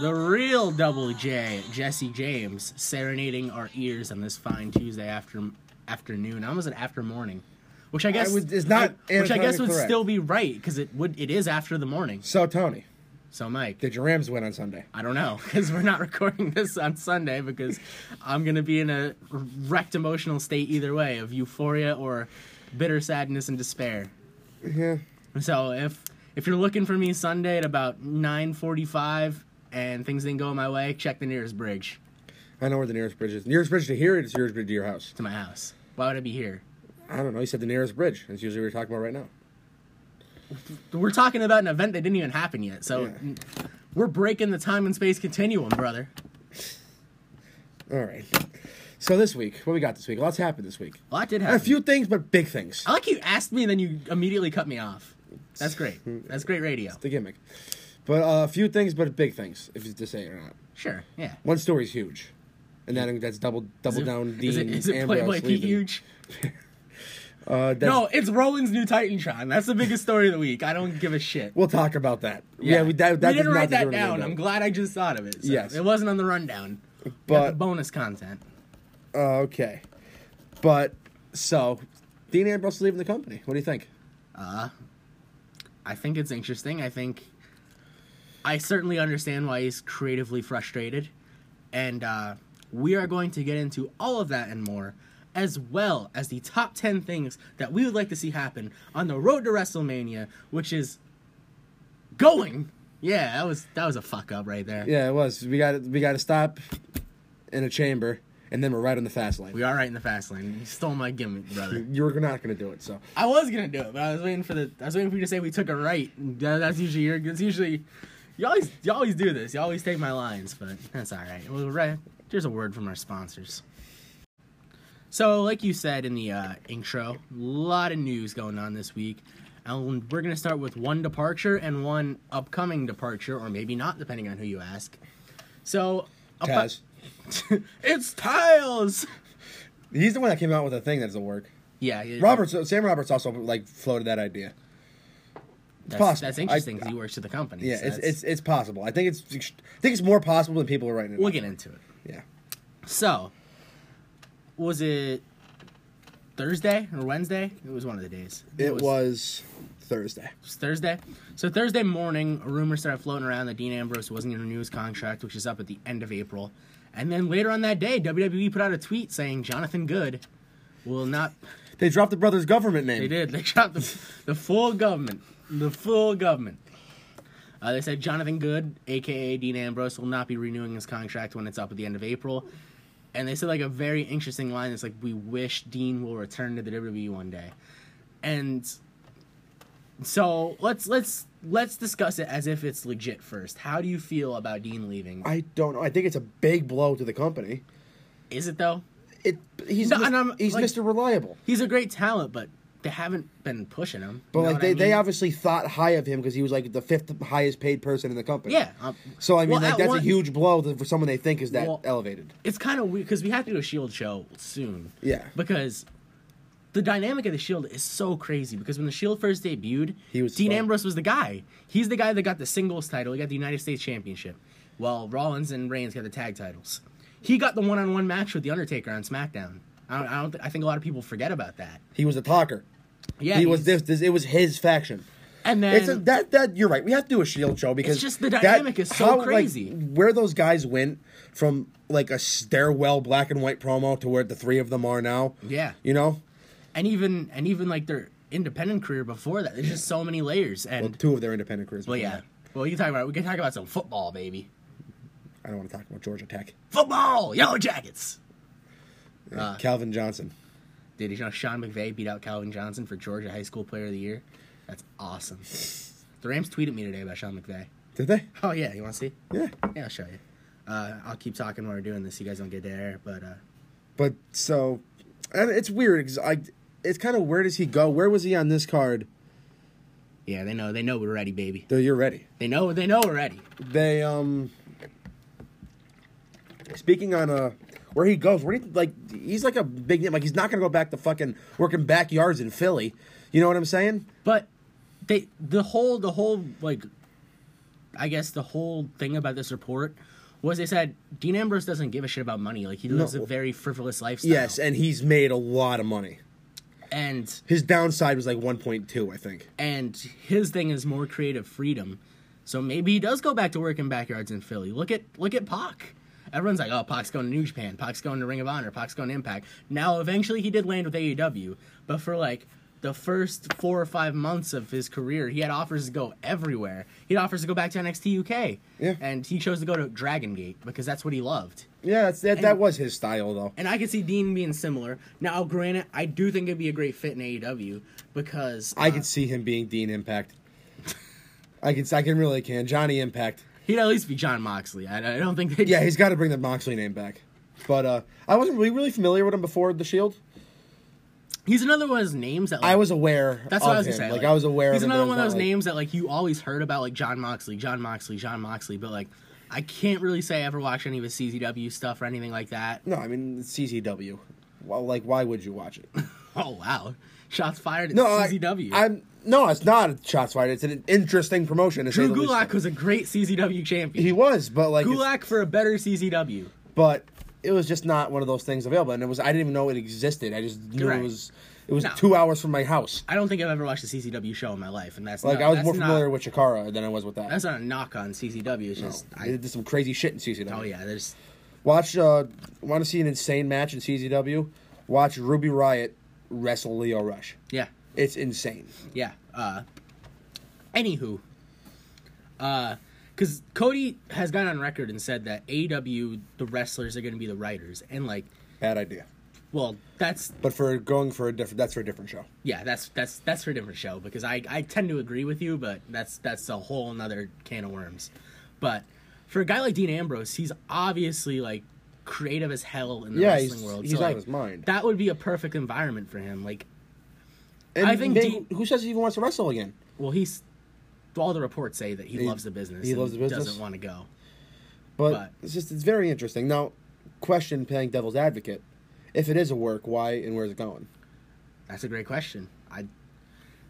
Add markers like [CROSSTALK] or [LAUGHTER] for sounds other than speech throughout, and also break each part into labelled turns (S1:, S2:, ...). S1: the real Double J, Jesse James, serenading our ears on this fine Tuesday after afternoon. I almost said after morning, which I guess
S2: would- it's not
S1: which I guess would
S2: anatomically correct.
S1: still be right because it would it is after the morning.
S2: So Tony,
S1: So Mike,
S2: did your Rams win on Sunday?
S1: I don't know [LAUGHS] because we're not recording this on Sunday because I'm gonna be in a wrecked emotional state either way of euphoria or bitter sadness and despair.
S2: Yeah.
S1: So if if you're looking for me Sunday at about 9:45 and things didn't go my way, check the nearest bridge
S2: I know where the nearest bridge is. nearest bridge to here is the nearest bridge to your house.
S1: to my house. Why would I be here?
S2: I don't know. You said the nearest bridge. That's usually what we're talking about right now.
S1: We're talking about an event that didn't even happen yet. So
S2: Yeah.
S1: we're breaking the time and space continuum, brother.
S2: All right. So this week, what we got this week? Lots happened this week.
S1: Well, that did happen.
S2: A few things, but big things.
S1: I like you asked me and then you immediately cut me off. That's
S2: [LAUGHS]
S1: great. That's great radio.
S2: The gimmick. But uh, a few things, but big things, if it's to say it or not.
S1: Sure. Yeah.
S2: One story's huge, and that that's double double
S1: Is it-
S2: down. Dean
S1: Is it, is it
S2: Ambrose
S1: Playboy Pete
S2: leaving.
S1: Huge?
S2: Uh, that's-
S1: No, it's Roland's new Titantron. That's the biggest story of the week. I don't give a shit.
S2: We'll talk about that. Yeah, we, that, that
S1: we didn't
S2: does not
S1: write that
S2: deserve to go
S1: down. I'm glwn I just thought of it. So
S2: Yes.
S1: it wasn't on the rundown. We got
S2: But-
S1: the bonus content.
S2: Uh, okay, but so Dean Ambrose leaving the company. What do you think?
S1: I think it's interesting. I think I certainly understand why he's creatively frustrated, and uh, we are going to get into all of that and more, as well as the top ten things that we would like to see happen on the road to WrestleMania, which is going. Yeah, that was that was a fuck up right there.
S2: Yeah, it was. We got we got to stop in a chamber, and then we're right on the fast lane.
S1: We are right in the fast lane. You stole my gimmick, brother.
S2: you were not going to do it, so
S1: I was gonna do it, but I was waiting for the. I was waiting for you to say we took a right. That- that's usually your. That's usually. You always you always do this. You always take my lines, but that's all right. Well, right. Here's a word from our sponsors. So, like you said in the uh, intro, a lot of news going on this week, and we're gonna start with one departure and one upcoming departure, or maybe not, depending on who you ask. So,
S2: Taz.
S1: [LAUGHS] it's Tiles.
S2: He's the one that came out with a thing that doesn't work.
S1: Yeah, it-
S2: Roberts, uh, Sam Roberts also like floated that idea.
S1: That's,
S2: possible.
S1: that's
S2: I-
S1: interesting because he works at the company.
S2: Yeah,
S1: so
S2: it's,
S1: that's-
S2: it's it's possible. I think it's I think it's more possible than people are writing it.
S1: we'll
S2: up.
S1: get into it.
S2: Yeah,
S1: So, was it Thursday or Wednesday? It was one of the days.
S2: it was Thursday.
S1: it was Thursday. So Thursday morning, rumors started floating around that Dean Ambrose wasn't going to renew his contract, which is up at the end of April. And then later on that day, WWE put out a tweet saying Jonathan Good will not.
S2: They dropped the brothers' government name.
S1: They did. They shot the the full government. The full government. Uh, they said Jonathan Good, aka Dean Ambrose, will not be renewing his contract when it's up at the end of April. And they said like a very interesting line that's like, "We wish Dean will return to the WWE one day." And so let's let's let's discuss it as if it's legit first. How do you feel about Dean leaving?
S2: I don't know. I think it's a big blow to the company.
S1: Is it though?
S2: It he's
S1: No,
S2: mis-
S1: and I'm,
S2: he's
S1: like-
S2: Mr. Reliable.
S1: He's a great talent, but they haven't been pushing him.
S2: But
S1: You know
S2: like
S1: what
S2: they,
S1: I
S2: they
S1: mean?
S2: obviously thought high of him because he was like the fifth highest paid person in the company.
S1: yeah. um,
S2: So I mean,
S1: well,
S2: like
S1: at
S2: that's
S1: one-
S2: a huge blow to, for someone they think is that
S1: Well-
S2: elevated.
S1: it's kind of weird because we have to do a Shield E show soon.
S2: Yeah.
S1: Because the dynamic of the Shield E is so crazy. Because when the Shield E first debuted,
S2: He was
S1: Dean
S2: fun.
S1: Ambrose was the guy. He's the guy that got the singles title. He got the United States Championship. While Rollins and Reigns got the tag titles. He got the one-on-one match with the Undertaker on SmackDown. I don't. I, don't th- I think a lot of people forget about that.
S2: He was a talker.
S1: Yeah.
S2: he was
S1: he's-
S2: this, this. It was his faction.
S1: And then
S2: It's a, that that you're right. We have to do a shield E show because
S1: just the
S2: that-
S1: dynamic is so
S2: like,
S1: crazy.
S2: where those guys went from like a stairwell black and white promo to where the three of them are now.
S1: Yeah.
S2: you know,
S1: and even and even like their independent career before that. There's just so many layers. And
S2: well, two of their independent careers.
S1: well, yeah. Well, you can talk about. We can talk about some football, baby.
S2: I don't want to talk about Georgia Tech.
S1: Football, Yellow Jackets. Uh.
S2: Calvin Johnson.
S1: Did you know Sean McVay beat out Calvin Johnson for Georgia High School Player of the Year? That's awesome. The Rams tweeted me today about Sean McVay.
S2: Did they?
S1: Oh yeah, you want to see?
S2: Yeah.
S1: Yeah, I'll show you. Uh, I'll keep talking while we're doing this. You guys don't get there, but uh,
S2: But so, and it's weird. 'cause I, it's kind of where does he go? Where was he on this card?
S1: yeah, they know. They know we're ready, baby.
S2: Though you're ready.
S1: They know. They know we're ready.
S2: They um. Speaking on uh, where he goes, where he like he's like a big name. Like he's not gonna go back to fucking working backyards in Philly. You know what I'm saying?
S1: But they the whole the whole like I guess the whole thing about this report was they said Dean Ambrose doesn't give a shit about money. Like he lives
S2: No.
S1: a very frivolous lifestyle.
S2: Yes, and he's made a lot of money.
S1: and
S2: His downside was like 1.2, I think.
S1: and his thing is more creative freedom. So maybe he does go back to working backyards in Philly. Look at look at Pac. Everyone's like, oh, Pac's going to New Japan, Pac's going to Ring of Honor, Pac's going to Impact. Now, eventually, he did land with AEW, but for like the first four or five months of his career, he had offers to go everywhere. He had offers to go back to NXT UK,
S2: Yeah.
S1: and he chose to go to Dragon Gate because that's what he loved.
S2: Yeah, that's, that that was his style though.
S1: And I could see Dean being similar. Now, granted, I do think it'd be a great fit in AEW because
S2: I
S1: uh,
S2: could see him being Dean [LAUGHS] Impact. I can I can really can Johnny Impact.
S1: He'd at least be John Moxley. I, I don't think they.
S2: Yeah, he's got to bring the Moxley name back. But uh, I wasn't really really familiar with him before the Shield.
S1: he's another one of those names that. Like,
S2: I was aware.
S1: That's
S2: of
S1: what I was gonna
S2: him.
S1: say.
S2: Like, I was aware.
S1: He's
S2: of him, but
S1: another
S2: I
S1: one of
S2: was
S1: those
S2: not, like-
S1: names that like you always heard about, like John Moxley, John Moxley, John Moxley. But like, I can't really say I ever watched any of his CZW stuff or anything like that.
S2: No, I mean it's CZW. Well, like why would you watch it?
S1: Oh wow, shots fired at
S2: No, I-
S1: CZW.
S2: I'm no, it's not a shots fired. It's an interesting promotion. To say
S1: Drew
S2: the least.
S1: Gulak was a great CZW champion.
S2: He was, but like, it's-
S1: Gulak for a better CZW.
S2: but it was just not one of those things available. And it was I didn't even know it existed. I just knew
S1: Right.
S2: it was. It was
S1: No.
S2: two hours from my house.
S1: I don't think I've ever watched a CZW show in my life, and that's
S2: Like
S1: not-
S2: I was
S1: that's
S2: more
S1: not-
S2: familiar with Chikara than I was with that.
S1: That's not a knock on CZW. It's just
S2: No.
S1: I,
S2: They did some crazy shit in CZW.
S1: oh yeah, there's
S2: Watch. Uh, Want to see an insane match in CZW? Watch Ruby Riot wrestle Leo Rush.
S1: yeah.
S2: It's insane.
S1: Yeah. Uh, anywho, because Cody has gone on record and said that AEW, the wrestlers, are going to be the writers, and like,
S2: Bad idea.
S1: well, that's
S2: But for going for a different, that's for a different show.
S1: yeah, that's that's that's for a different show because I I tend to agree with you, but that's that's a whole another can of worms. But for a guy like Dean Ambrose, he's obviously like creative as hell in the
S2: Yeah,
S1: wrestling
S2: he's-
S1: world.
S2: he's out
S1: like,
S2: of his mind.
S1: That would be a perfect environment for him. Like,
S2: And
S1: I think
S2: man,
S1: Dean-
S2: who says he even wants to wrestle again?
S1: well, he's all the reports say that he, loves the business.
S2: he
S1: and
S2: loves the business?
S1: Doesn't want to go.
S2: But,
S1: But-
S2: it's just it's very interesting. Now, question playing devil's advocate: If it is a work, why and where's it going?
S1: That's a great question. I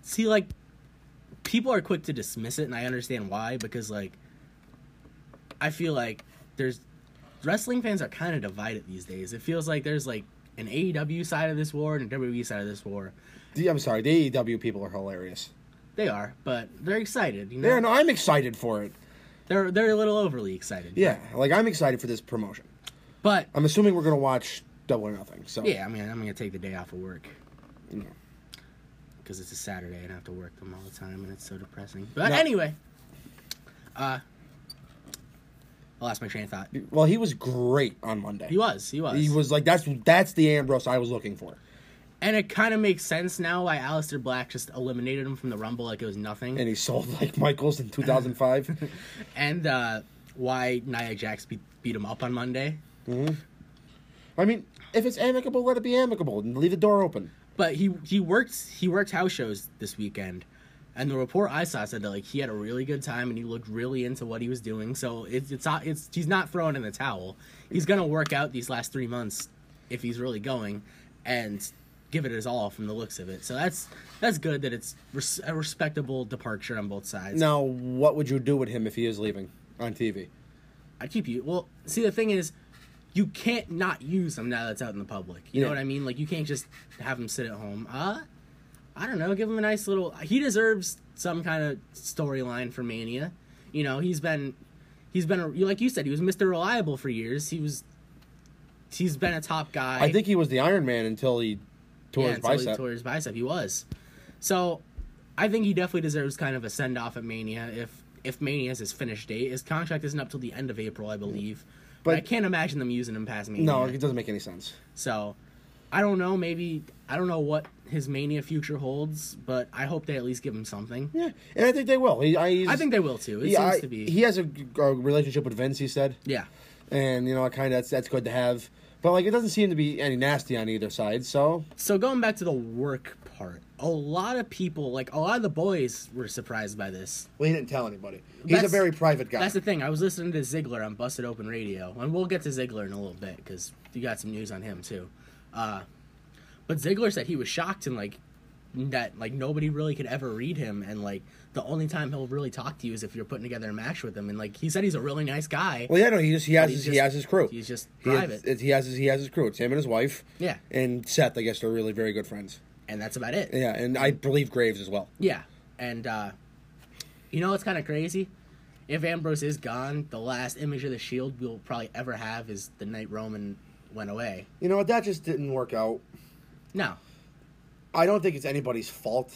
S1: see, like, people are quick to dismiss it, and I understand why because, like, I feel like there's wrestling fans are kind of divided these days. It feels like there's like an AEW side of this war and a WWE side of this war.
S2: The, I'm sorry, the AEW people are hilarious.
S1: They are, but they're excited. You know,
S2: Yeah, no, I'm excited for it.
S1: they're they're a little overly excited.
S2: Yeah, like I'm excited for this promotion.
S1: but
S2: I'm assuming we're gonna watch Double or Nothing. So
S1: yeah, I mean, I'm gonna take the day off of work because it's a Saturday and I have to work them all the time, and it's so depressing. But
S2: No.
S1: anyway, uh, I lost my train of thought.
S2: Well, he was great on Monday.
S1: He was. He was.
S2: He was like that's that's the Ambrose I was looking for.
S1: And it kind of makes sense now why Aleister Black just eliminated him from the Rumble like it was nothing.
S2: And
S1: And,
S2: he [LAUGHS] sold like Michaels in 2005.
S1: uh, why Nia Jax beat, beat him up on Monday.
S2: I mean, if it's amicable, let it be amicable and leave the door open.
S1: But he he worked he worked house shows this weekend, and the report I saw said that like he had a really good time and he looked really into what he was doing. So it's it's not- it's he's not throwing in the towel. He's gonna work out these last three months if he's really going, and give it his all from the looks of it. So that's that's good that it's res- a respectable departure on both sides.
S2: Now, what would you do with him if he is leaving on TV?
S1: I keep you. Well, see, the thing is, you can't not use them now that's out in the public. You know
S2: Yeah.
S1: what I mean? Like, you can't just have him sit at home. Uh, I don't know. Give him a nice little. He deserves some kind of storyline for Mania. You know, he's been, he's been a, like you said, he was Mister Reliable for years. He was, he's been a top guy.
S2: I think he was the Iron Man until he tore his
S1: until he
S2: bicep.
S1: tore his bicep. He was. So, I think he definitely deserves kind of a send off at Mania if if Mania is his finish date. His contract isn't up till the end of April, I believe. But,
S2: But-
S1: I can't imagine them using him past Mania.
S2: No, it doesn't make any sense.
S1: So, I don't know. Maybe I don't know what his Mania future holds, but I hope they at least give him something.
S2: Yeah, and I think they will. He, I, he's-
S1: I think they will too. It
S2: he,
S1: seems
S2: I-
S1: to be.
S2: he has a, a relationship with Vince. He said,
S1: yeah.
S2: and you know, I kind of that's that's good to have. But like, it doesn't seem to be any nasty on either side. So
S1: So going back to the work part, a lot of people, like a lot of the boys, were surprised by this.
S2: well, he didn't tell anybody. He's a
S1: That's-
S2: very private guy.
S1: That's the thing. I was listening to Ziggler on Busted Open Radio, and we'll get to Ziggler in a little bit because you got some news on him too. Uh, but Ziggler said he was shocked and like that like nobody really could ever read him and like the only time he'll really talk to you is if you're putting together a match with him and like he said he's a really nice guy
S2: Well, yeah, no, he just he has
S1: he's
S2: his, he
S1: just-
S2: has his crew.
S1: he's just
S2: he has-
S1: private.
S2: it- he has his he has his crew. It's him and his wife.
S1: Yeah.
S2: and Seth. I guess they're really very good friends.
S1: and that's about it
S2: Yeah, and I believe Graves as well.
S1: Yeah, and uh, you know what's kind of crazy? If Ambrose is gone, the last image of the Shield we'll probably ever have is the night Roman went away.
S2: You know what? That just didn't work out.
S1: No,
S2: I don't think it's anybody's fault.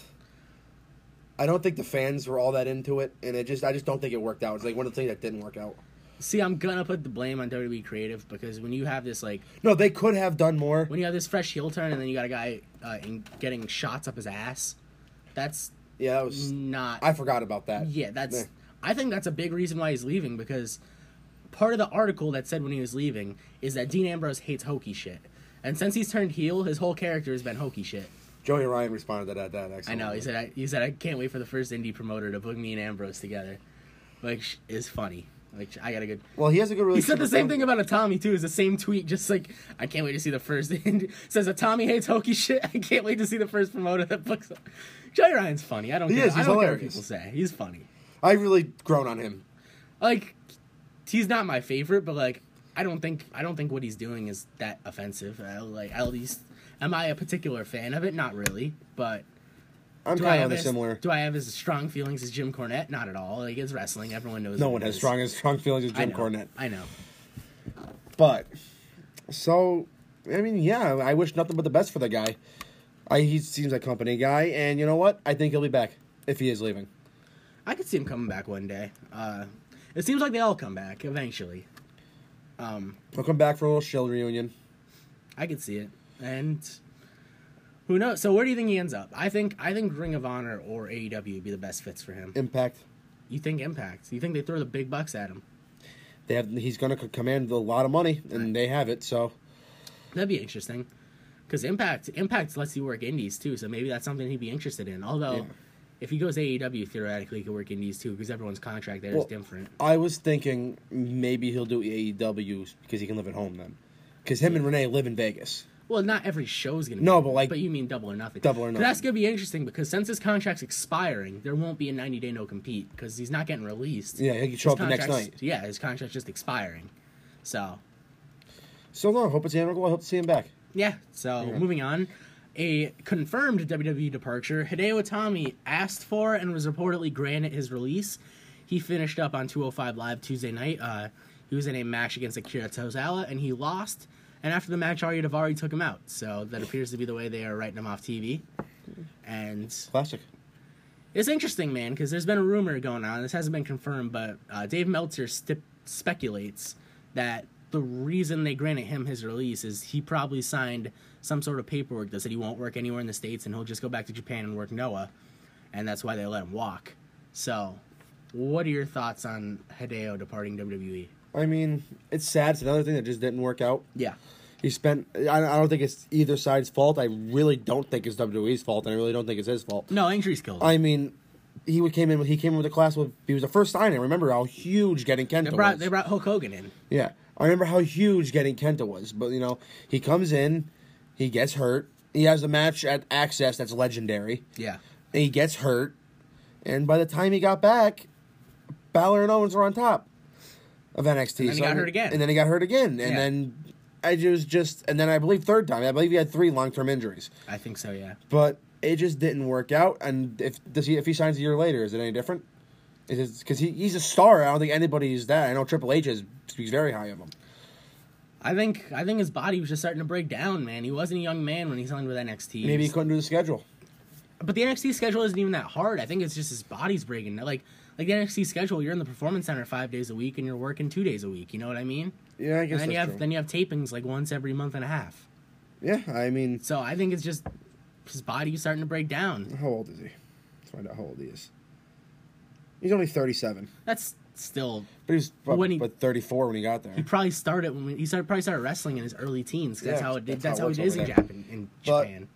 S2: I don't think the fans were all that into it, and it just I just don't think it worked out. It's like one of the things that didn't work out.
S1: see, I'm gonna put the blame on WWE creative because when you have this like
S2: No, they could have done more.
S1: when you have this fresh heel turn and then you got a guy uh, in, getting shots up his ass, that's
S2: Yeah, that was.
S1: not.
S2: I forgot about that.
S1: Mm. Yeah, that's.
S2: Meh.
S1: I think that's a big reason why he's leaving because part of the article that said when he was leaving is that Dean Ambrose hates hokey shit, and since he's turned heel, his whole character has been hokey shit.
S2: Joey Ryan responded to that. That
S1: I
S2: excellent.
S1: know. He said. I, he said I can't wait for the first indie promoter to put me and Ambrose together, which is funny. Like I got a good.
S2: Well, he has a good
S1: He
S2: relationship.
S1: said the
S2: with
S1: same
S2: Roman.
S1: thing about a Tommy too. Is the same tweet just like I can't wait to see the first. [LAUGHS] Indie. Says a Tommy hates hokey shit. I can't wait to see the first promoter that books. Joey Ryan's funny. I don't.
S2: He
S1: care.
S2: is,
S1: I
S2: he's
S1: don't care what
S2: hilarious.
S1: people say. He's funny.
S2: I really grown on him.
S1: Like he's not my favorite, but like I don't think I don't think what he's doing is that offensive. I, like at least am I a particular fan of it? Not really, but.
S2: I'm
S1: Do I
S2: kind
S1: have
S2: of
S1: as,
S2: similar.
S1: Do I have as strong feelings as Jim Cornette? Not at all. Like it's wrestling. Everyone knows.
S2: No
S1: what
S2: one
S1: it
S2: has
S1: is.
S2: strong as strong feelings as
S1: I
S2: Jim
S1: know.
S2: Cornette.
S1: I know.
S2: But so I mean, yeah, I wish nothing but the best for the guy. I he seems like a company guy, and you know what? I think he'll be back if he is leaving.
S1: I could see him coming back one day. Uh, it seems like they all come back eventually. Um,
S2: He'll come back for a little Shield reunion.
S1: I could see it, and who knows? So where do you think he ends up? I think I think Ring of Honor or AEW would be the best fits for him.
S2: Impact.
S1: You think Impact? You think they throw the big bucks at him?
S2: They have. He's going to command a lot of money, and they have it. So
S1: That'd be interesting. Because Impact Impact lets you work indies too, so maybe that's something he'd be interested in. Although,
S2: Yeah.
S1: if he goes AEW, theoretically, he could work indies too, because everyone's contract there is
S2: Well-
S1: different.
S2: I was thinking maybe he'll do AEW because he can live at home then, because him and Renee live in Vegas.
S1: Well, not every show's gonna.
S2: No,
S1: be,
S2: but, like,
S1: but you mean double or nothing.
S2: Double or
S1: But That's
S2: Nothing.
S1: gonna be interesting because since his contract's expiring, there won't be a ninety day no compete because he's not getting released.
S2: Yeah, he could show
S1: His
S2: up the next
S1: contract's-
S2: night.
S1: Yeah, his contract's just expiring. So
S2: So no, I hope it's amicable. I hope to see him back.
S1: Yeah. So moving on, a confirmed WWE departure. Hideo Itami asked for and was reportedly granted his release. He finished up on 205 Live Tuesday night. Uh, he was in a match against Akira Tozawa and he lost. And after the match, Arya Davari took him out. So that appears to be the way they are writing him off TV. And
S2: Classic.
S1: it's interesting, man, because there's been a rumor going on. This hasn't been confirmed, but uh, Dave Meltzer stip- speculates that the reason they granted him his release is he probably signed some sort of paperwork that said he won't work anywhere in the states and he'll just go back to Japan and work Noah, and that's why they let him walk. So, what are your thoughts on Hideo departing E? WWE?
S2: I mean, it's sad. It's another thing that just didn't work out.
S1: Yeah,
S2: He spent. I, I don't think it's either side's fault. I really don't think it's WWE's fault, and I really don't think it's his fault.
S1: no injuries killed. him.
S2: I mean, he would- came in. He came in with a class with. He was the first signing. Remember how huge getting Kenta
S1: they brought
S2: was?
S1: they brought Hulk Hogan in.
S2: Yeah, I remember how huge getting Kenta was. But you know, he comes in, he gets hurt. He has a match at Access that's legendary.
S1: Yeah,
S2: And he gets hurt, and by the time he got back, Balor and Owens were on top of NXT.
S1: And then he got hurt again.
S2: And then he got hurt again. And
S1: Yeah.
S2: then I just just and then I believe third time. I believe he had three long term injuries.
S1: I think so. Yeah,
S2: But it just didn't work out. And if does he if he signs a year later, is it any different? Is because he, he's a star. I don't think anybody's that. I know Triple H is speaks very high of him.
S1: I think I think his body was just starting to break down, man. He wasn't a young man when he signed with NXT.
S2: Maybe he
S1: He's-
S2: couldn't do the schedule.
S1: But the NXT schedule isn't even that hard. I think it's just his body's breaking. Like like the NXT schedule, you're in the performance center five days a week and you're working two days a week. You know what I mean?
S2: Yeah, I guess
S1: And then you have
S2: that's
S1: then you have tapings like once every month and a half.
S2: true. Yeah, I mean,
S1: So I think it's just his body's starting to break down.
S2: how old is he? Let's find out how old he is. He's only thirty-seven.
S1: That's still
S2: But he was but,
S1: When he-
S2: but 34 when he got there.
S1: he probably started when we, he started probably started wrestling in his early teens. 'cause That's
S2: Yeah,
S1: how it did.
S2: that's
S1: That's
S2: how
S1: how
S2: it
S1: it
S2: works
S1: is in
S2: over
S1: Japan. In
S2: But-
S1: Japan,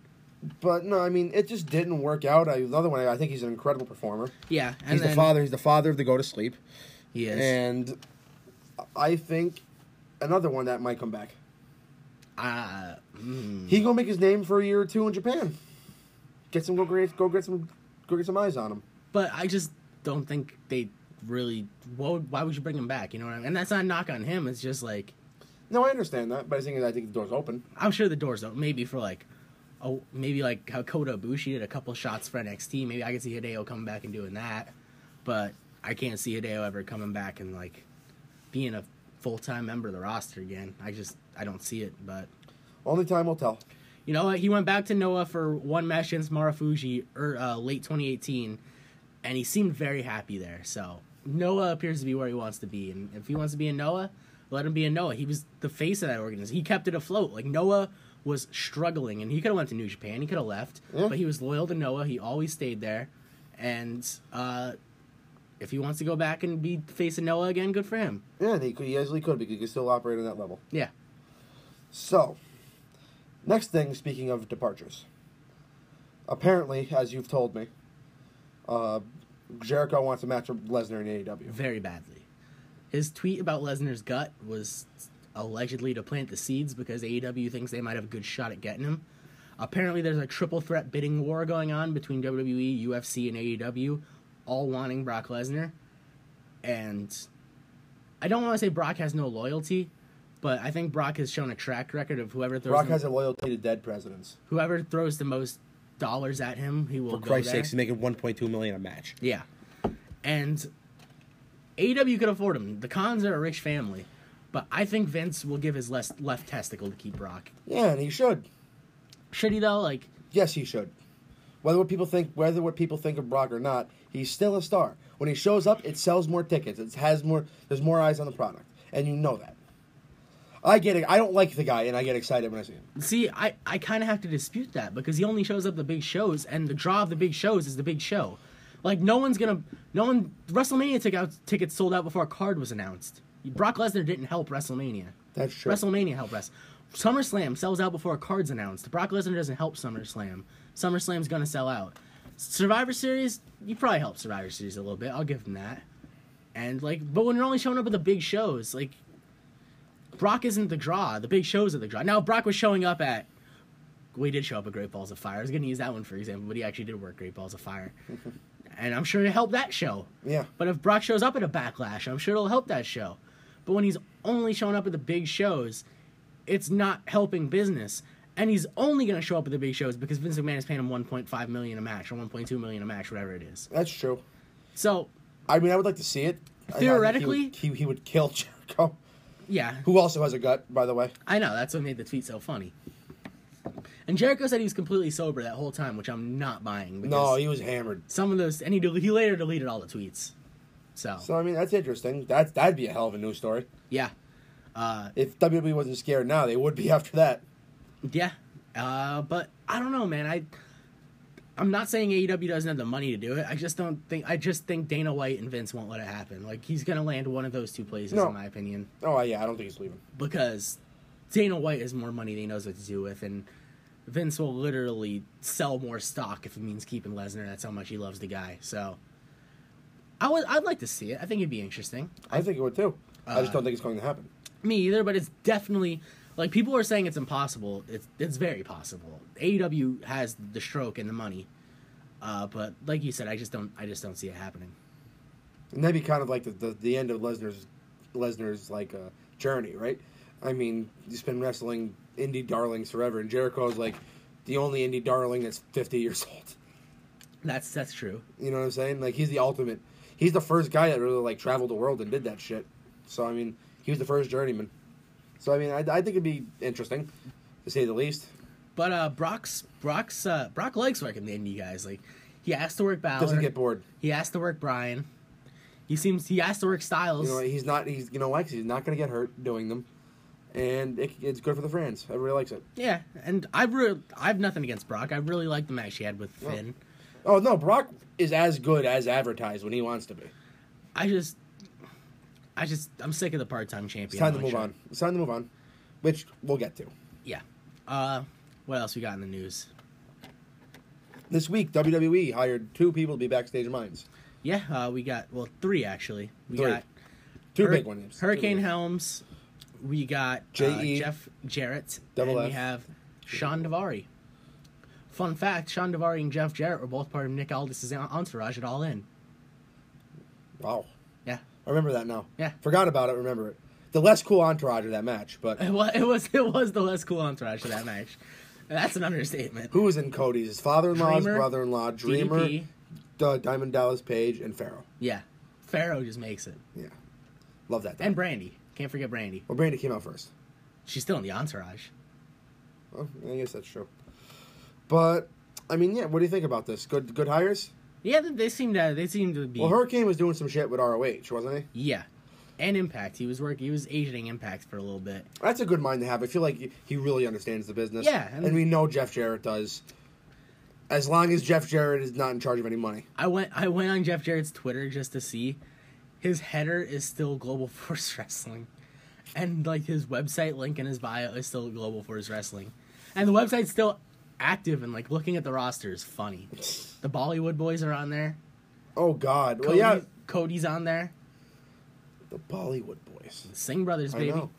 S2: But no, I mean, it just didn't work out. I, another one, I think he's an incredible performer.
S1: yeah. And
S2: He's
S1: then
S2: the father. He's the father of the Go to Sleep,
S1: He is.
S2: and I think another one that might come back.
S1: uh, mm, Hmm.
S2: He gonna make his name for a year or two in Japan. Get some go get go get some go get some eyes on him.
S1: But I just don't think they really. What would, why would you bring him back? You know what I mean? And that's not a knock on him. It's just like
S2: No, I understand that, but I think I think the door's open.
S1: I'm sure the doors open. Maybe for like, oh, maybe like how Kota Ibushi did a couple shots for NXT. Maybe I could see Hideo coming back and doing that, but I can't see Hideo ever coming back and like being a full time member of the roster again. I just I don't see it. But
S2: Only time will tell.
S1: you know what? He went back to Noah for one match against Marufuji er, uh, late 2018, and he seemed very happy there. So Noah appears to be where he wants to be, and if he wants to be in Noah, let him be in Noah. He was the face of that organization. He kept it afloat. Like Noah was struggling, and he could have went to New Japan. He could have left,
S2: Yeah.
S1: but he was loyal to Noah. He always stayed there, and uh, if he wants to go back and be the face of Noah again, good for him.
S2: Yeah, he could, he easily could because he could still operate on that level.
S1: Yeah.
S2: So, next thing, speaking of departures, apparently, as you've told me, uh, Jericho wants a E match with Lesnar in AEW.
S1: very badly. His tweet about Lesnar's gut was allegedly to plant the seeds because AEW thinks they might have a good shot at getting him. Apparently, there's a triple threat bidding war going on between E, WWE, UFC, and AEW, all wanting Brock Lesnar. And I don't want to say Brock has no loyalty, but I think Brock has shown a track record of whoever throws
S2: Brock
S1: him-
S2: has a loyalty to dead presidents.
S1: whoever throws the most dollars at him, he will
S2: For
S1: go
S2: Christ's
S1: there.
S2: sakes, he's making 1.2 million a match.
S1: Yeah. And AEW could afford him. The cons are a rich family. But I think Vince will give his less, left testicle to keep Brock.
S2: Yeah, and he should.
S1: Should he though? Like,
S2: Yes, he should. Whether what people think, whether what people think of Brock or not, he's still a star. When he shows up, it sells more tickets. It has more. There's more eyes on the product, and you know that. I get it. I don't like the guy, and I get excited when I see him.
S1: see, I, I kind of have to dispute that because he only shows up the big shows, and the draw of the big shows is the big show. Like, no one's gonna, no one. WrestleMania took out tickets sold out before a card was announced. Brock Lesnar didn't help WrestleMania.
S2: That's true.
S1: WrestleMania helped us. SummerSlam sells out before a card's announced. Brock Lesnar doesn't help SummerSlam. SummerSlam's gonna sell out. Survivor Series, you probably helped Survivor Series a little bit. I'll give him that. And like, but when you're only showing up at the big shows, like, Brock isn't the draw. The big shows are the draw. Now if Brock was showing up at. We did show up at Great Balls of Fire. I was gonna use that one for example, but he actually did work Great Balls of
S2: [LAUGHS]
S1: Fire, and I'm sure it helped that show.
S2: Yeah.
S1: But if Brock shows up at a backlash, I'm sure it'll help that show. But when he's only showing up at the big shows, it's not helping business. And he's only going to show up at the big shows because Vince McMahon is paying him 1.5 million a match or 1.2 million a match, whatever it is.
S2: That's true.
S1: So,
S2: I mean, I would like to see it. I- I think he would-
S1: Theoretically?
S2: he, he would kill [LAUGHS] Jericho,
S1: yeah,
S2: who also has a gut, by the way.
S1: I know that's what made the tweet so funny. And Jericho said he was completely sober that whole time, which I'm not buying. Because
S2: No, he was hammered.
S1: some of those, and he, del- he later deleted all the tweets. So,
S2: So I mean, that's interesting. That's that'd be a hell of a news story.
S1: yeah,
S2: If WWE wasn't scared now, they would be [LAUGHS] after that.
S1: Yeah, uh, but I don't know, man. I I'm not saying AEW doesn't have the money to do it. I just don't think. I just think Dana White and Vince won't let it happen. Like he's gonna land one of those two places,
S2: No.
S1: in my opinion,
S2: Oh yeah, I don't think he's leaving.
S1: because Dana White has more money than he knows what to do with, and Vince will literally sell more stock if it means keeping Lesnar. That's how much he loves the guy. So. I would, I'd like to see it. I think it'd be interesting.
S2: I think it would too. I just don't think it's going to happen.
S1: Me either, but it's definitely like people are saying it's impossible. It's it's very possible. AEW has the stroke and the money, uh, but like you said, I just don't I just don't see it happening.
S2: And that'd be kind of like the, the, the end of Lesnar's Lesnar's like uh, journey, right? I mean, he's been wrestling indie darlings forever, and Jericho's like the only indie darling that's fifty years [LAUGHS] old.
S1: That's that's true.
S2: You know what I'm saying? Like he's the ultimate. He's the first guy that really like traveled the world and did that shit. So I mean, he was the first journeyman. So I mean, I, I think it'd be interesting, to say the least.
S1: But uh, Brock's Brock's uh, Brock likes working the indie guys. Like he asked to work Balor.
S2: Doesn't get bored.
S1: He asked to work Brian. He seems he asked to work Styles.
S2: You know, he's not. He's you know why? 'Cause he's not gonna get hurt doing them, and it, it's good for the fans. Everybody likes it.
S1: yeah, and I've re- I've nothing against Brock. I really like the match he had with Finn.
S2: Oh no, Brock is as good as advertised when he wants to be.
S1: I just. I just I'm sick of the part-time champion.
S2: It's time to move
S1: mantra.
S2: on. It's time to move on, which we'll get to.
S1: Yeah. Uh, what else we got in the news?
S2: This week, WWE hired two people to be backstage minds.
S1: Yeah, uh, we got well three actually. We
S2: Three.
S1: got
S2: Two
S1: Hur-
S2: big ones.
S1: Hurricane
S2: Two big ones.
S1: Helms. We got uh,
S2: J.E.
S1: Jeff Jarrett,
S2: Double
S1: and we
S2: F.
S1: have Sean Devary Fun fact: Sean Devary and Jeff Jarrett were both part of Nick Aldis's en- entourage at All In.
S2: Wow.
S1: Yeah, [LAUGHS]
S2: I remember that now.
S1: Yeah.
S2: Forgot about it, remember it. The less cool entourage of that match, but
S1: it was it was it was the less cool entourage of that match. That's an understatement.
S2: who was in Cody's? His father in law, his
S1: Dreamer, E
S2: brother in law, Dreamer,
S1: DDP.
S2: D- Diamond Dallas Page, and Pharaoh.
S1: Yeah, Pharaoh just makes it,
S2: Yeah. Love that.
S1: and Brandy. Can't forget Brandy.
S2: well, Brandy came out first.
S1: She's still in the entourage.
S2: Well, I guess that's true. But, I mean, yeah, what do you think about this? Good good hires?
S1: Yeah, they, they seem to they seem to be.
S2: Well, Hurricane was doing some shit with ROH, wasn't he?
S1: Yeah, and Impact. He was working. He was agenting Impact for a little bit.
S2: That's a good mind to have. I feel like he- he really understands the business.
S1: Yeah,
S2: And,
S1: and-
S2: we know Jeff Jarrett does. As long as Jeff Jarrett is not in charge of any money.
S1: I went I went on Jeff Jarrett's Twitter just to see. His header is still Global [LAUGHS] Force Wrestling. And like his website link in his bio is still Global Force Wrestling. And the website's still active and like looking at the roster is funny. The Bollywood boys are on there.
S2: Oh, God. Well,
S1: Cody,
S2: yeah.
S1: Cody's on there.
S2: The Bollywood boys.
S1: Singh Brothers, baby.
S2: I know.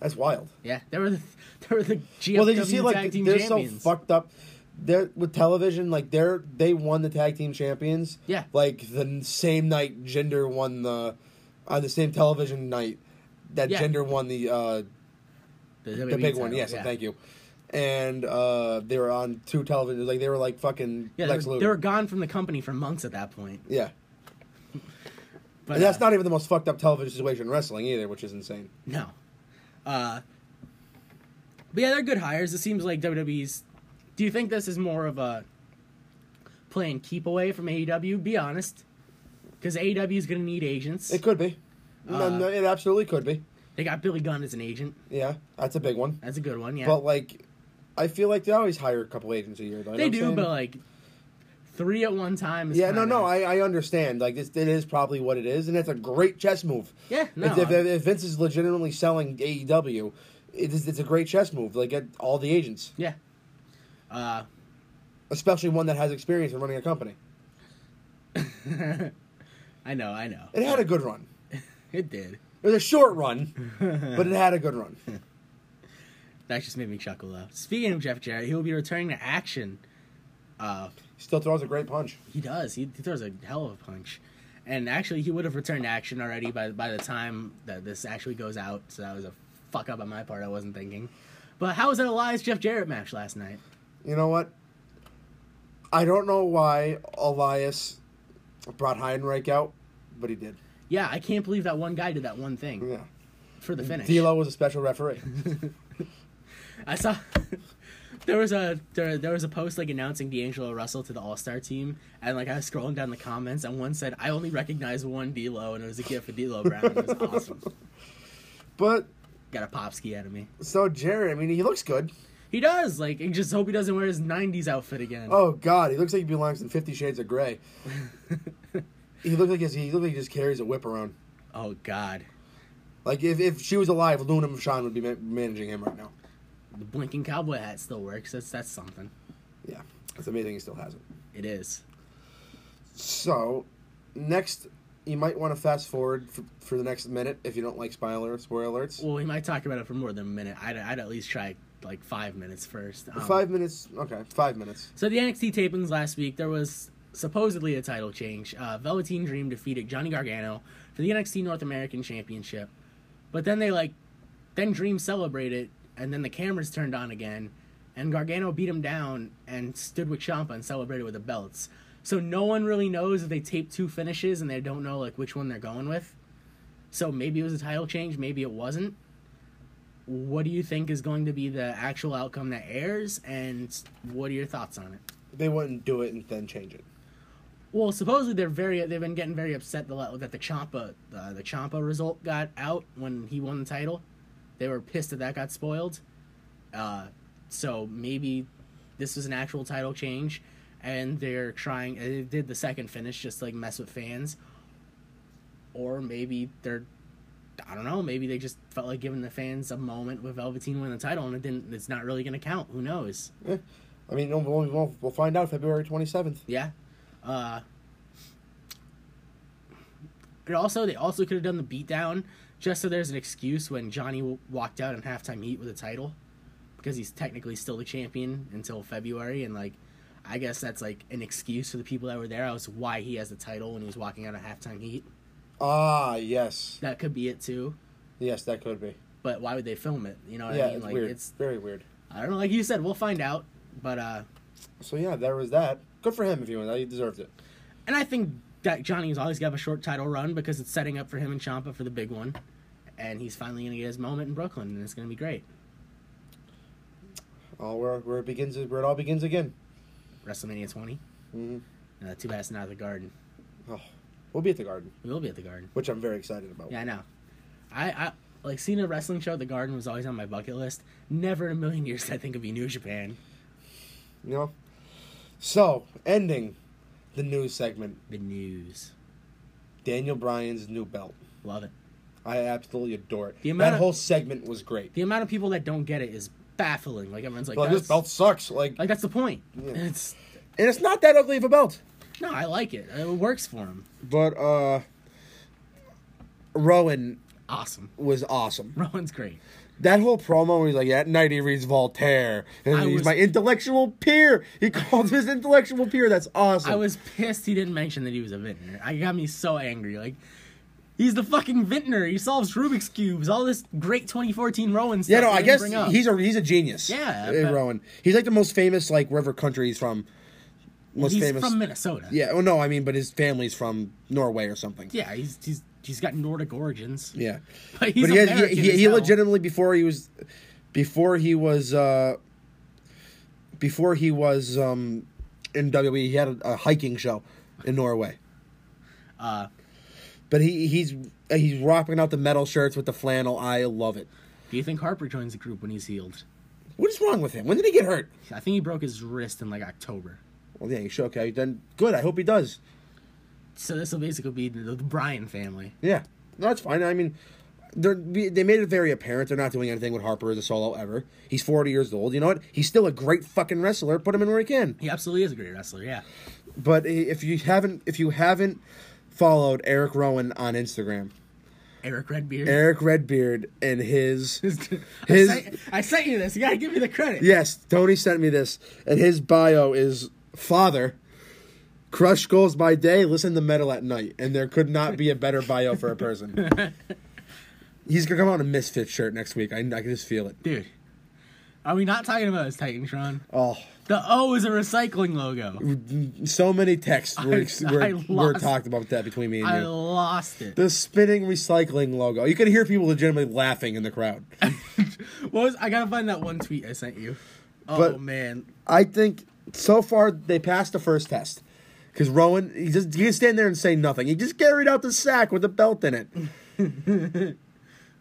S2: That's wild.
S1: Yeah, they were the [LAUGHS] they were the GFW
S2: well, did you see
S1: tag
S2: like
S1: team
S2: they're
S1: champions.
S2: so fucked up? They're with television, like they're they won the tag team champions.
S1: Yeah.
S2: Like the n- same night, Gender won the on the same television night that
S1: Yeah.
S2: Gender won the uh,
S1: the,
S2: the
S1: WWE
S2: big one.
S1: title,
S2: Yes,
S1: yeah.
S2: thank you. And uh, they were on two television. Like they were like fucking
S1: Yeah,
S2: Lex
S1: they were,
S2: Luger.
S1: they were gone from the company for months at that point.
S2: yeah,
S1: But
S2: and that's
S1: uh,
S2: not even the most fucked up television situation in wrestling either, which is insane.
S1: No. Uh, but yeah, they're good hires. It seems like WWE's. Do you think this is more of a playing keep away from AEW? Be honest, because AEW is going to need agents.
S2: It could be. No,
S1: Uh,
S2: no, it absolutely could be.
S1: They got Billy Gunn as an agent.
S2: Yeah, that's a big one.
S1: That's a good one. Yeah,
S2: But like, I feel like they always hire a couple agents a year. Though, you know what
S1: they
S2: I'm
S1: do,
S2: saying?
S1: but like three at one time. Is
S2: Yeah, no, no,
S1: kinda-
S2: I, I understand. Like, it's, it is probably what it is, and it's a great chess move.
S1: Yeah, no,
S2: If, if,
S1: I'm-
S2: if Vince is legitimately selling AEW, it is, it's a great chess move. Like, get all the agents,
S1: yeah. Uh,
S2: especially one that has experience in running a company.
S1: I know, I know.
S2: It had a good run.
S1: It did.
S2: It was a short
S1: [LAUGHS]
S2: run, but it had a good run.
S1: That just made me chuckle though. Speaking of Jeff Jarrett, he will be returning to action. Uh,
S2: Still throws a great punch.
S1: He does. He, he throws a hell of a punch. And actually, he would have returned to action already by by the time that this actually goes out. So that was a fuck up on my part. I wasn't thinking. But how was that Elias Jeff Jarrett match last night?
S2: You know what? I don't know why Elias brought Heinrich out, but he did.
S1: Yeah, I can't believe that one guy did that one thing
S2: Yeah.
S1: for the finish.
S2: D'Lo was a special referee.
S1: I saw [LAUGHS] there was a there, there was a post like announcing D'Angelo Russell to the All Star team, and like I was scrolling down the comments, and one said, "I only recognize one D'Lo," and it was a gift of D'Lo Brown. It
S2: [LAUGHS]
S1: was awesome.
S2: but
S1: Got a popski out of me.
S2: so Jared, I mean, he looks good.
S1: He does. Like, I just hope he doesn't wear his '90s outfit again.
S2: Oh God, he looks like he belongs in Fifty Shades of Grey. he looked like his, he looked like he just carries a whip around.
S1: Oh God,
S2: Like if, if she was alive, Luna Sean would be ma- managing him right now.
S1: the blinking cowboy hat still works. That's that's something.
S2: Yeah, it's amazing he still has it.
S1: It is.
S2: So next, you might want to fast forward for, for the next minute if you don't like spoiler spoiler alerts.
S1: Well, we might talk about it for more than a minute. I'd, I'd at least try like five minutes first. Um,
S2: five minutes, okay, five minutes.
S1: So the NXT tapings last week, there was supposedly a title change. Uh, Velveteen Dream defeated Johnny Gargano for the NXT North American Championship, but then they like, then Dream celebrated, and then the cameras turned on again, and Gargano beat him down and stood with Ciampa and celebrated with the belts. So no one really knows if they taped two finishes and they don't know like which one they're going with. So maybe it was a title change, maybe it wasn't. What do you think is going to be the actual outcome that airs, and what are your thoughts on it?
S2: They wouldn't do it and then change it.
S1: Well, supposedly they're very they've been getting very upset the- that the Champa uh, the Champa result got out when he won the title. They were pissed that that got spoiled. Uh, so maybe this was an actual title change, and they're trying. They did the second finish just to, like mess with fans, or maybe they're. I don't know. Maybe they just felt like giving the fans a moment with Velveteen winning the title, and it didn't. It's not really going to count. Who knows?
S2: Yeah. I mean, we'll, we'll, we'll find out February twenty seventh.
S1: Yeah. Uh, and also, they also could have done the beatdown just so there's an excuse when Johnny w- walked out in halftime heat with a title. because he's technically still the champion until February, and like, I guess that's like an excuse for the people that were there as to why he has the title when he was walking out of halftime heat.
S2: Ah, yes,
S1: That could be it too.
S2: yes, that could be.
S1: But why would they film it? You know what
S2: yeah,
S1: I mean?
S2: it's
S1: Like
S2: weird.
S1: it's
S2: very weird.
S1: I don't know. Like you said, we'll find out. But uh,
S2: So yeah, there was that. Good for him if he won. He deserved it.
S1: and I think that Johnny's always got a short title run because it's setting up for him and Champa for the big one, and he's finally gonna get his moment in Brooklyn, and it's gonna be great.
S2: All where where it begins is where it all begins again.
S1: WrestleMania 20.
S2: hmm
S1: Uh, too bad it's not at the Garden.
S2: Oh, we'll be at the Garden,
S1: We will be at the Garden.
S2: which I'm very excited about.
S1: Yeah, I know. I, I like seeing a wrestling show at the Garden was always on my bucket list. Never in a million years did I think of be New Japan.
S2: You know. So ending the news segment,
S1: The news,
S2: Daniel Bryan's new belt.
S1: love it.
S2: I absolutely adore it.
S1: The amount
S2: that
S1: of-
S2: whole segment was great.
S1: The amount of people that don't get it is baffling. Like everyone's like,
S2: Like,
S1: that's,
S2: this belt sucks. Like,
S1: like that's the point.
S2: Yeah.
S1: It's
S2: and it's not that ugly of a belt.
S1: no, I like it. It works for him.
S2: But uh, Rowan
S1: Awesome. [LAUGHS]
S2: was awesome.
S1: Rowan's great.
S2: That whole promo where he's like, at night he reads Voltaire, and
S1: I
S2: he's
S1: was-
S2: my intellectual peer. He called his intellectual peer. That's awesome.
S1: I was pissed he didn't mention that he was a vintner. I got me so angry. Like, he's the fucking vintner. He solves Rubik's cubes. All this great 2014 Rowan stuff.
S2: yeah, no,
S1: they
S2: I
S1: didn't
S2: guess
S1: bring up.
S2: he's a he's a genius.
S1: Yeah,
S2: Eh,
S1: but-
S2: Rowan. He's like the most famous like river country he's from. Most
S1: He's
S2: famous.
S1: from Minnesota.
S2: yeah. Well, no, I mean, but his family's from Norway or something.
S1: yeah. He's he's he's got Nordic origins.
S2: Yeah.
S1: [LAUGHS] But he's
S2: but he, has, he,
S1: American
S2: he,
S1: as
S2: he
S1: hell.
S2: legitimately before he was before he was uh before he was um in WWE he had a, a hiking show in Norway.
S1: Uh,
S2: But he he's uh, he's rocking out the metal shirts with the flannel. I love it.
S1: do you think Harper joins the group when he's healed?
S2: What is wrong with him? When did he get hurt?
S1: I think he broke his wrist in like October.
S2: Well, yeah, he's sure, okay. Then good. I hope he does.
S1: So this will basically be the, the Bryan family.
S2: Yeah, no, that's fine. I mean, they're, they made it very apparent they're not doing anything with Harper as a solo ever. He's forty years old. You know what? He's still a great fucking wrestler. Put him in where he can.
S1: He absolutely is a great wrestler. Yeah.
S2: But i- if you haven't, if you haven't followed Eric Rowan on Instagram,
S1: Eric Redbeard.
S2: Eric Redbeard and his
S1: [LAUGHS] I,
S2: his
S1: sent, I sent you this. You gotta give me the credit.
S2: yes, Tony sent me this, and his bio is father. Crush goals by day, listen to metal at night, and there could not be a better bio for
S1: [LAUGHS]
S2: a person. He's gonna come out in a misfit shirt next week. I, I can just feel it.
S1: Dude, are we not talking about his Titantron?
S2: Oh,
S1: The O is a recycling logo.
S2: so many texts were,
S1: [LAUGHS] I-
S2: were,
S1: I
S2: were
S1: lost-
S2: talked about that between me and
S1: I
S2: you.
S1: lost it.
S2: The spinning recycling logo. You could hear people legitimately laughing in the crowd.
S1: What was? I gotta find that one tweet I sent you. Oh
S2: But-
S1: man,
S2: I think so far they passed the first test. Because Rowan, he just he just stand there and say nothing. He just carried out the sack with a belt in it.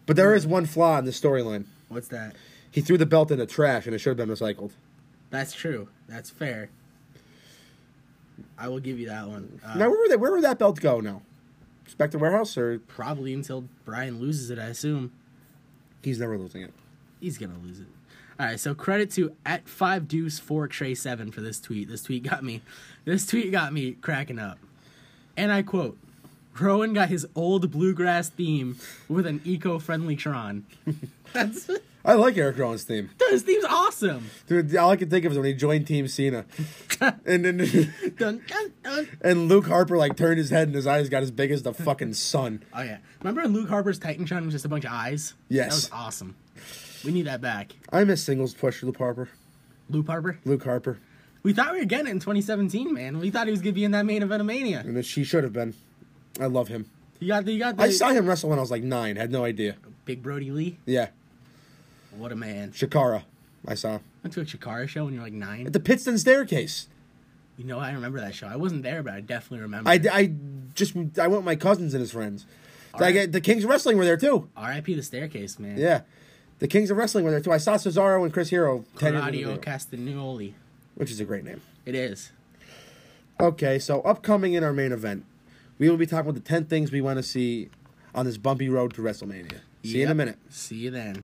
S2: but there is one flaw in the storyline.
S1: what's that?
S2: He threw the belt in the trash and it should have been recycled.
S1: That's true. That's fair. I will give you that one. Uh,
S2: now where were they, where would that belt go now? Just back to warehouse or
S1: Probably until Brian loses it, I assume.
S2: he's never losing it.
S1: He's gonna lose it. All right, so credit to at five deuce four tray seven for this tweet. This tweet got me. This tweet got me cracking up. And I quote: "Rowan got his old bluegrass theme with an eco-friendly Tron. [LAUGHS] That's
S2: I like Eric Rowan's theme.
S1: this theme's awesome.
S2: Dude, all I can think of is when he joined Team Cena. and then
S1: Dun, dun, dun.
S2: and Luke Harper like turned his head and his eyes got as big as the fucking sun.
S1: Oh yeah, remember when Luke Harper's Titantron was just a bunch of eyes?
S2: Yes.
S1: that was awesome. We need that back,
S2: I miss singles push Luke Harper.
S1: Luke Harper.
S2: Luke Harper.
S1: We thought we were getting it in 2017, man. We thought he was gonna be in that main event of Mania.
S2: and that she should have been. I love him.
S1: You got the, you got the
S2: I saw him wrestle when I was like nine. Had no idea.
S1: Big Brody Lee.
S2: Yeah,
S1: What a man.
S2: Shakara. I saw
S1: went to a Chikara show when you were like nine.
S2: at the Pittston staircase.
S1: You know, I remember that show. I wasn't there, but I definitely remember.
S2: I, I just I went with my cousins and his friends. I get the Kings of Wrestling were there too.
S1: R.I.P. The Staircase, man.
S2: Yeah, the Kings of Wrestling were there too. I saw Cesaro and Chris Hero. 10 years
S1: Claudio
S2: ago,
S1: Castagnoli.
S2: which is a great name.
S1: It is.
S2: Okay, so upcoming in our main event, we will be talking about the ten things we want to see on this bumpy road to WrestleMania. See you in a
S1: Yep.
S2: minute.
S1: See you then.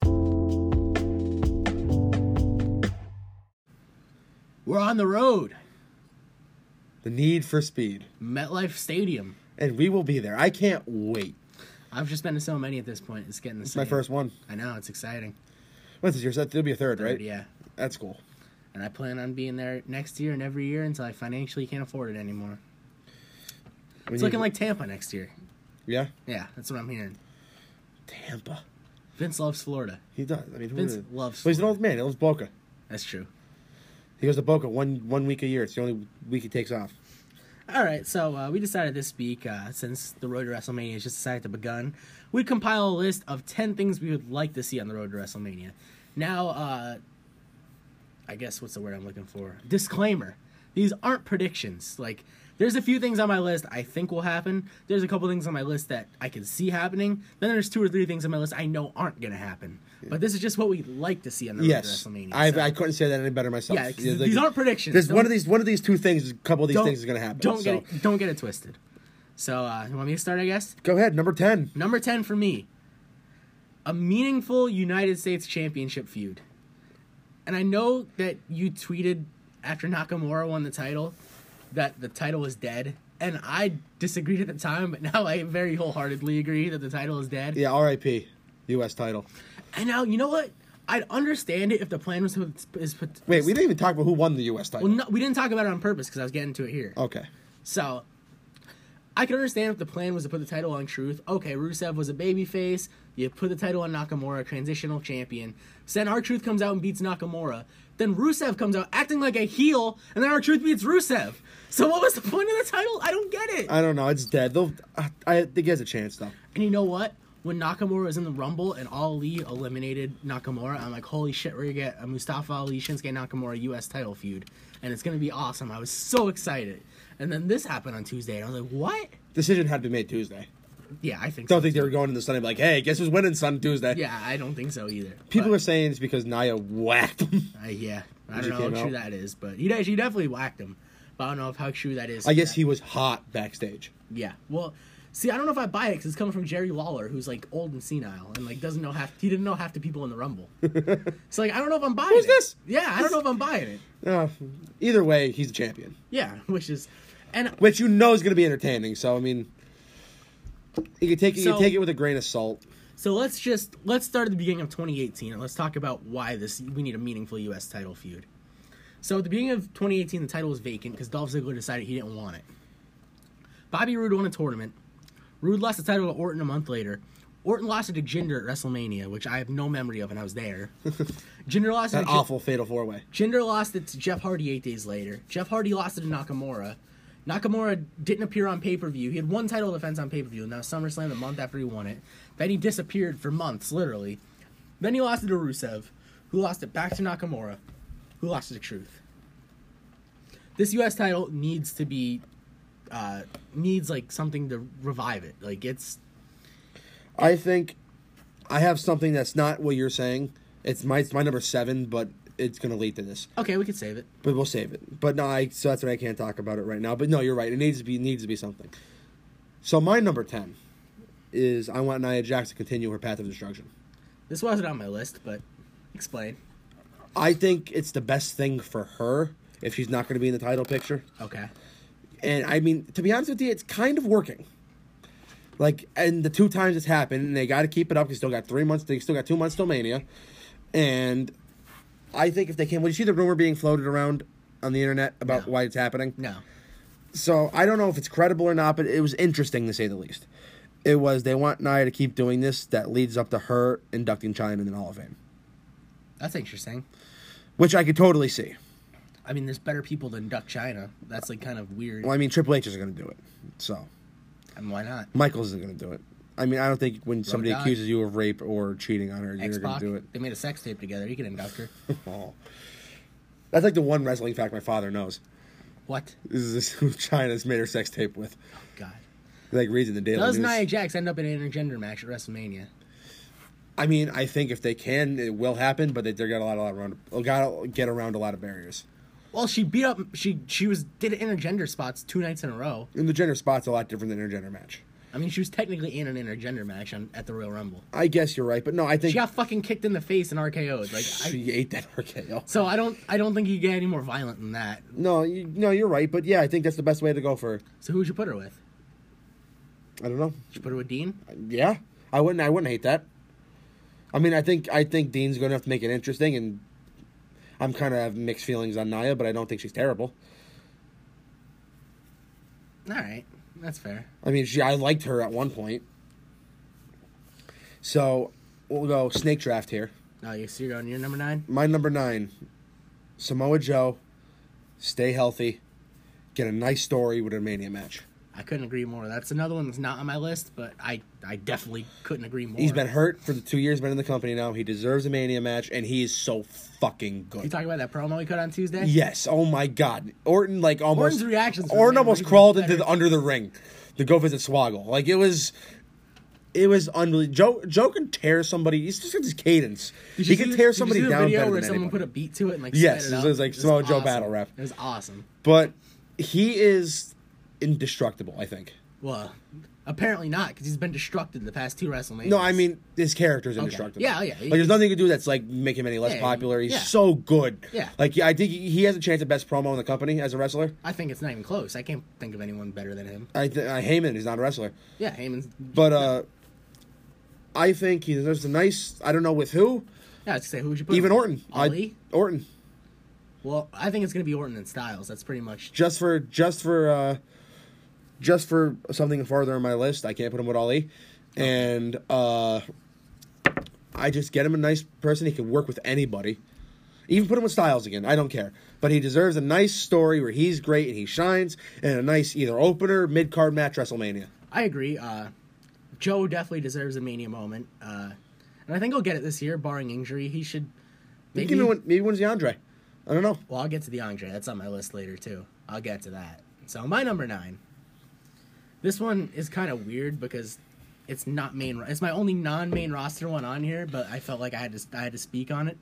S1: We're on the road.
S2: The need for speed,
S1: MetLife Stadium.
S2: and we will be there. I can't wait.
S1: I've just been to so many at this point. It's getting the same.
S2: My first one.
S1: I know. It's exciting.
S2: What's this year? So there'll be a third, right?
S1: Yeah.
S2: That's cool.
S1: And I plan on being there next year and every year until I financially can't afford it anymore.
S2: We
S1: It's
S2: need-
S1: looking like Tampa next year.
S2: yeah,
S1: Yeah, that's what I'm hearing.
S2: Tampa.
S1: Vince loves Florida.
S2: He does. I mean, who
S1: Vince
S2: is-
S1: loves
S2: But he's an old man. He loves Boca.
S1: That's true.
S2: He goes to Boca one one week a year. It's the only week he takes off.
S1: All right, so uh, we decided this week, uh, since the road to WrestleMania has just decided to begun, we'd compile a list of 10 things we would like to see on the road to WrestleMania. Now, uh, I guess what's the word I'm looking for? Disclaimer. These aren't predictions. Like, there's a few things on my list I think will happen. There's a couple things on my list that I can see happening. Then there's two or three things on my list I know aren't going to happen. But this is just what we'd like to see on the road
S2: Yes,
S1: to WrestleMania.
S2: I,
S1: so-
S2: I couldn't say that any better myself.
S1: Yeah, 'cause
S2: There's
S1: these aren't predictions.
S2: There's one
S1: Don't-
S2: of these one of these two things. A couple of these
S1: don't-
S2: things is going to happen.
S1: Don't
S2: so.
S1: get it, don't get it twisted. So, uh, you want me to start, I guess?
S2: Go ahead, number ten.
S1: Number 10 for me, a meaningful United States Championship feud. And I know that you tweeted after Nakamura won the title that the title was dead. And I disagreed at the time, but now I very wholeheartedly agree that the title is dead.
S2: Yeah, R.I.P. U.S. title.
S1: And now, you know what? I'd understand it if the plan was to. Is, put-
S2: Wait, we didn't even talk about who won the U.S. title.
S1: Well, no, we didn't talk about it on purpose because I was getting to it here.
S2: Okay.
S1: So, I can understand if the plan was to put the title on Truth. Okay, Rusev was a babyface. You put the title on Nakamura, transitional champion. So then our Truth comes out and beats Nakamura. Then Rusev comes out acting like a heel, and then our Truth beats Rusev. So what was the point of the title? I don't get it.
S2: I don't know. It's dead. They'll. I, I think he has a chance though.
S1: And you know what? When Nakamura was in the Rumble and Ali eliminated Nakamura, I'm like, holy shit, we're gonna get a Mustafa Ali Shinsuke Nakamura U.S. title feud, and it's gonna be awesome. I was so excited. And then this happened on Tuesday, and I was like, what?
S2: Decision had to be made Tuesday.
S1: Yeah, I think. so.
S2: Don't think they were going into Sunday like, hey, guess who's winning Sun Tuesday?
S1: Yeah, I don't think so either.
S2: People
S1: but,
S2: are saying it's because Naya whacked him.
S1: uh, yeah, I
S2: He
S1: don't know how
S2: came
S1: true
S2: out.
S1: that is, but he de- she definitely whacked him. But I don't know if how true that is.
S2: I guess he was hot backstage.
S1: Yeah. Well, see, I don't know if I buy it because it's coming from Jerry Lawler, who's like old and senile and like doesn't know half. He didn't know half the people in the
S2: [LAUGHS]
S1: Rumble. so like, I don't know if I'm buying.
S2: Who's
S1: it.
S2: this?
S1: Yeah, I don't know if I'm buying it.
S2: Uh, either way, he's the champion,
S1: Yeah, [LAUGHS] which is, and
S2: which you know is going to be entertaining. So I mean, you can take it, you
S1: So-
S2: can take it with a grain of salt.
S1: So let's just let's start at the beginning of 2018 and let's talk about why this we need a meaningful U.S. title feud. So at the beginning of 2018, the title was vacant because Dolph Ziggler decided he didn't want it. Bobby Roode won a tournament. Roode lost the title to Orton a month later. Orton lost it to Jinder at WrestleMania, which I have no memory of, and I was
S2: [LAUGHS]
S1: there. Jinder lost it.
S2: That
S1: to Jin-
S2: awful fatal four way.
S1: Jinder lost it to Jeff Hardy eight days later. Jeff Hardy lost it to Nakamura. Nakamura didn't appear on pay per view. He had one title defense on pay per view, and that was SummerSlam the month after he won it. Then he disappeared for months, literally. Then he lost it to Rusev, who lost it back to Nakamura, who lost it to Truth. This U.S. title needs to be, uh, needs like something to revive it. Like it's
S2: I think I have something that's not what you're saying. It's my it's my number seven, but it's going to lead to this.
S1: okay, we could save it.
S2: But we'll save it. But no, I, so that's what I can't talk about it right now. But no, you're right. It needs to be needs to be something. So my number ten is I want Nia Jax to continue her path of destruction.
S1: This wasn't on my list, but explain.
S2: I think it's the best thing for her if she's not going to be in the title picture.
S1: Okay.
S2: And I mean, to be honest with you, it's kind of working. Like, and the two times it's happened, and they got to keep it up. They still got three months. They still got two months till Mania, and I think if they can, well, you see the rumor being floated around on the internet about
S1: No.
S2: why it's happening.
S1: No.
S2: So I don't know if it's credible or not, but it was interesting to say the least. It was they want Nia to keep doing this. That leads up to her inducting China in the Hall of Fame,
S1: That's interesting.
S2: which I could totally see.
S1: I mean, there's better people than Duck China. That's like kind of weird.
S2: Well, I mean, Triple H is going to do it. So
S1: And why not?
S2: Michaels isn't going to do it. I mean, I don't think when somebody
S1: Dogg.
S2: accuses you of rape or cheating on her,
S1: X
S2: you're going to do it.
S1: They made a sex tape together. You can induct
S2: [LAUGHS]
S1: her.
S2: Oh. That's like the one wrestling fact my father knows.
S1: what?
S2: Is [LAUGHS] this who China's made her sex tape with?
S1: God.
S2: Like reads in the daily
S1: Does
S2: news.
S1: Nia Jax end up in an intergender match at WrestleMania?
S2: I mean, I think if they can, it will happen, but they they got a lot, a lot around. Got to get around a lot of barriers.
S1: Well, she beat up. She she was did intergender spots two nights in a row.
S2: And the gender spot's a lot different than intergender match.
S1: I mean, she was technically in an intergender match on, at the Royal Rumble.
S2: I guess you're right, but no, I think
S1: She got fucking kicked in the face and RKO'd. Like, I,
S2: she ate that [LAUGHS] RKO.
S1: so I don't I don't think you get any more violent than that.
S2: No, you, no, you're right, but yeah, I think that's the best way to go for.
S1: So who would you put her with?
S2: I don't know.
S1: Would you put her with Dean?
S2: Yeah, I wouldn't. I wouldn't hate that. I mean, I think I think Dean's going to have to make it interesting, and I'm kind of have mixed feelings on Naya, but I don't think she's terrible.
S1: All right, that's fair.
S2: I mean, she I liked her at one point. So we'll go snake draft here.
S1: Oh, you so you're going. You're number nine.
S2: My number nine, Samoa Joe, stay healthy, get a nice story with a Mania match.
S1: I couldn't agree more. That's another one that's not on my list, but I I definitely couldn't agree more.
S2: He's been hurt for the two years been in the company now. He deserves a Mania match, and he is so fucking
S1: You
S2: good.
S1: talking about that promo we cut on Tuesday?
S2: Yes. Oh my God. Orton like almost
S1: Orton's reactions were
S2: Orton
S1: made
S2: almost
S1: even
S2: crawled into
S1: better.
S2: the under the ring to go visit Swoggle. Like it was. It was unbelievable. Joe Joe can tear somebody. He's just got this cadence.
S1: Did
S2: he
S1: you
S2: can
S1: see- did
S2: tear
S1: you
S2: somebody
S1: see the
S2: down
S1: video
S2: better
S1: where
S2: than
S1: someone
S2: anybody.
S1: put a beat to it and like
S2: Yes,
S1: sped it,
S2: it
S1: up?
S2: was like Samoa Joe battle rap.
S1: It was awesome.
S2: But he is indestructible. I think.
S1: Well, apparently not because he's been destructed the past two WrestleManias.
S2: No, I mean his character's indestructible.
S1: Yeah, yeah.
S2: Like there's nothing you can do that's like make him any less
S1: Yeah,
S2: popular. He's
S1: yeah.
S2: so good.
S1: Yeah.
S2: Like I think he he has a chance at best promo in the company as a wrestler.
S1: I think it's not even close. I can't think of anyone better than him.
S2: I th- uh, Heyman is not a wrestler,
S1: Yeah, Heyman's.
S2: but uh, I think he deserves a nice. I don't know with who.
S1: Yeah, I'd say who would you put?
S2: Even
S1: him?
S2: Orton. I-
S1: Ali.
S2: Orton.
S1: well, I think it's gonna be Orton and Styles. That's pretty much.
S2: Just for just for uh, just for something farther on my list. I can't put him with Ali, and uh, I just get him a nice person he can work with anybody. Even put him with Styles again. I don't care. But he deserves a nice story where he's great and he shines, and a nice either opener, mid card match, WrestleMania.
S1: I agree. Uh, Joe definitely deserves a mania moment, uh, and I think he'll get it this year, barring injury. He should.
S2: Maybe,
S1: Maybe.
S2: maybe, win, maybe wins the Andre. I don't know.
S1: well, I'll get to the Andre. That's on my list later too. I'll get to that. So my number nine. This one is kind of weird because it's not main. It's my only non-main roster one on here, but I felt like I had to. I had to speak on it.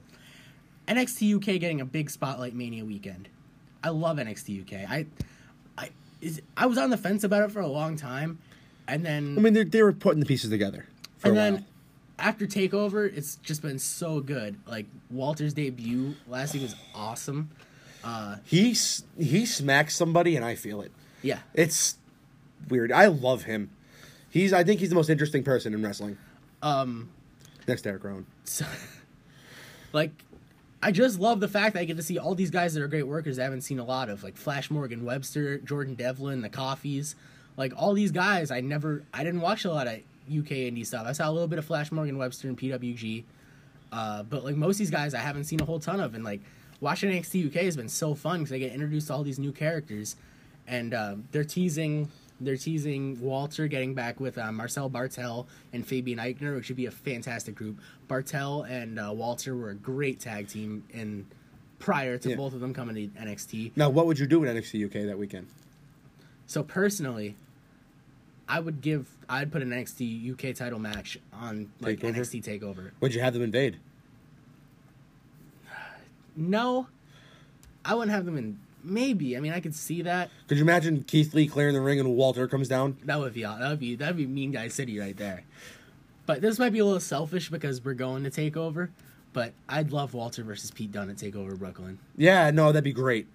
S1: NXT UK getting a big spotlight Mania weekend. I love NXT UK. I, I, is, I was on the fence about it for a long time, and then
S2: I mean, they they were putting the pieces together. For
S1: and
S2: a
S1: then
S2: while.
S1: after Takeover, it's just been so good. Like Walter's debut last week was awesome.
S2: he s- he smacks somebody, and I feel it.
S1: Yeah,
S2: It's weird. I love him. He's I think he's the most interesting person in wrestling.
S1: um,
S2: Next to Eric Rowan.
S1: so, like I just love the fact that I get to see all these guys that are great workers I haven't seen a lot of, like Flash Morgan Webster, Jordan Devlin, the Coffees, like all these guys. I never, I didn't watch a lot of UK indie stuff. I saw a little bit of Flash Morgan Webster and PWG, uh, but like most of these guys, I haven't seen a whole ton of. And like watching NXT UK has been so fun because I get introduced to all these new characters, and uh, they're teasing. They're teasing Walter getting back with uh, Marcel Bartel and Fabian Eichner, which should be a fantastic group. Bartel and uh, Walter were a great tag team in prior to
S2: Yeah.
S1: both of them coming to NXT.
S2: Now, what would you do with NXT UK that weekend?
S1: So personally, I would give I'd put an NXT UK title match on like
S2: Takeover?
S1: NXT Takeover.
S2: Would you have them invade?
S1: No, I wouldn't have them in. Maybe I mean I could see that.
S2: Could you imagine Keith Lee clearing the ring and Walter comes down?
S1: That would be that would be that would be Mean Guy City right there. But this might be a little selfish because we're going to Takeover. But I'd love Walter versus Pete Dunne at Takeover Brooklyn.
S2: Yeah, no, that'd be great.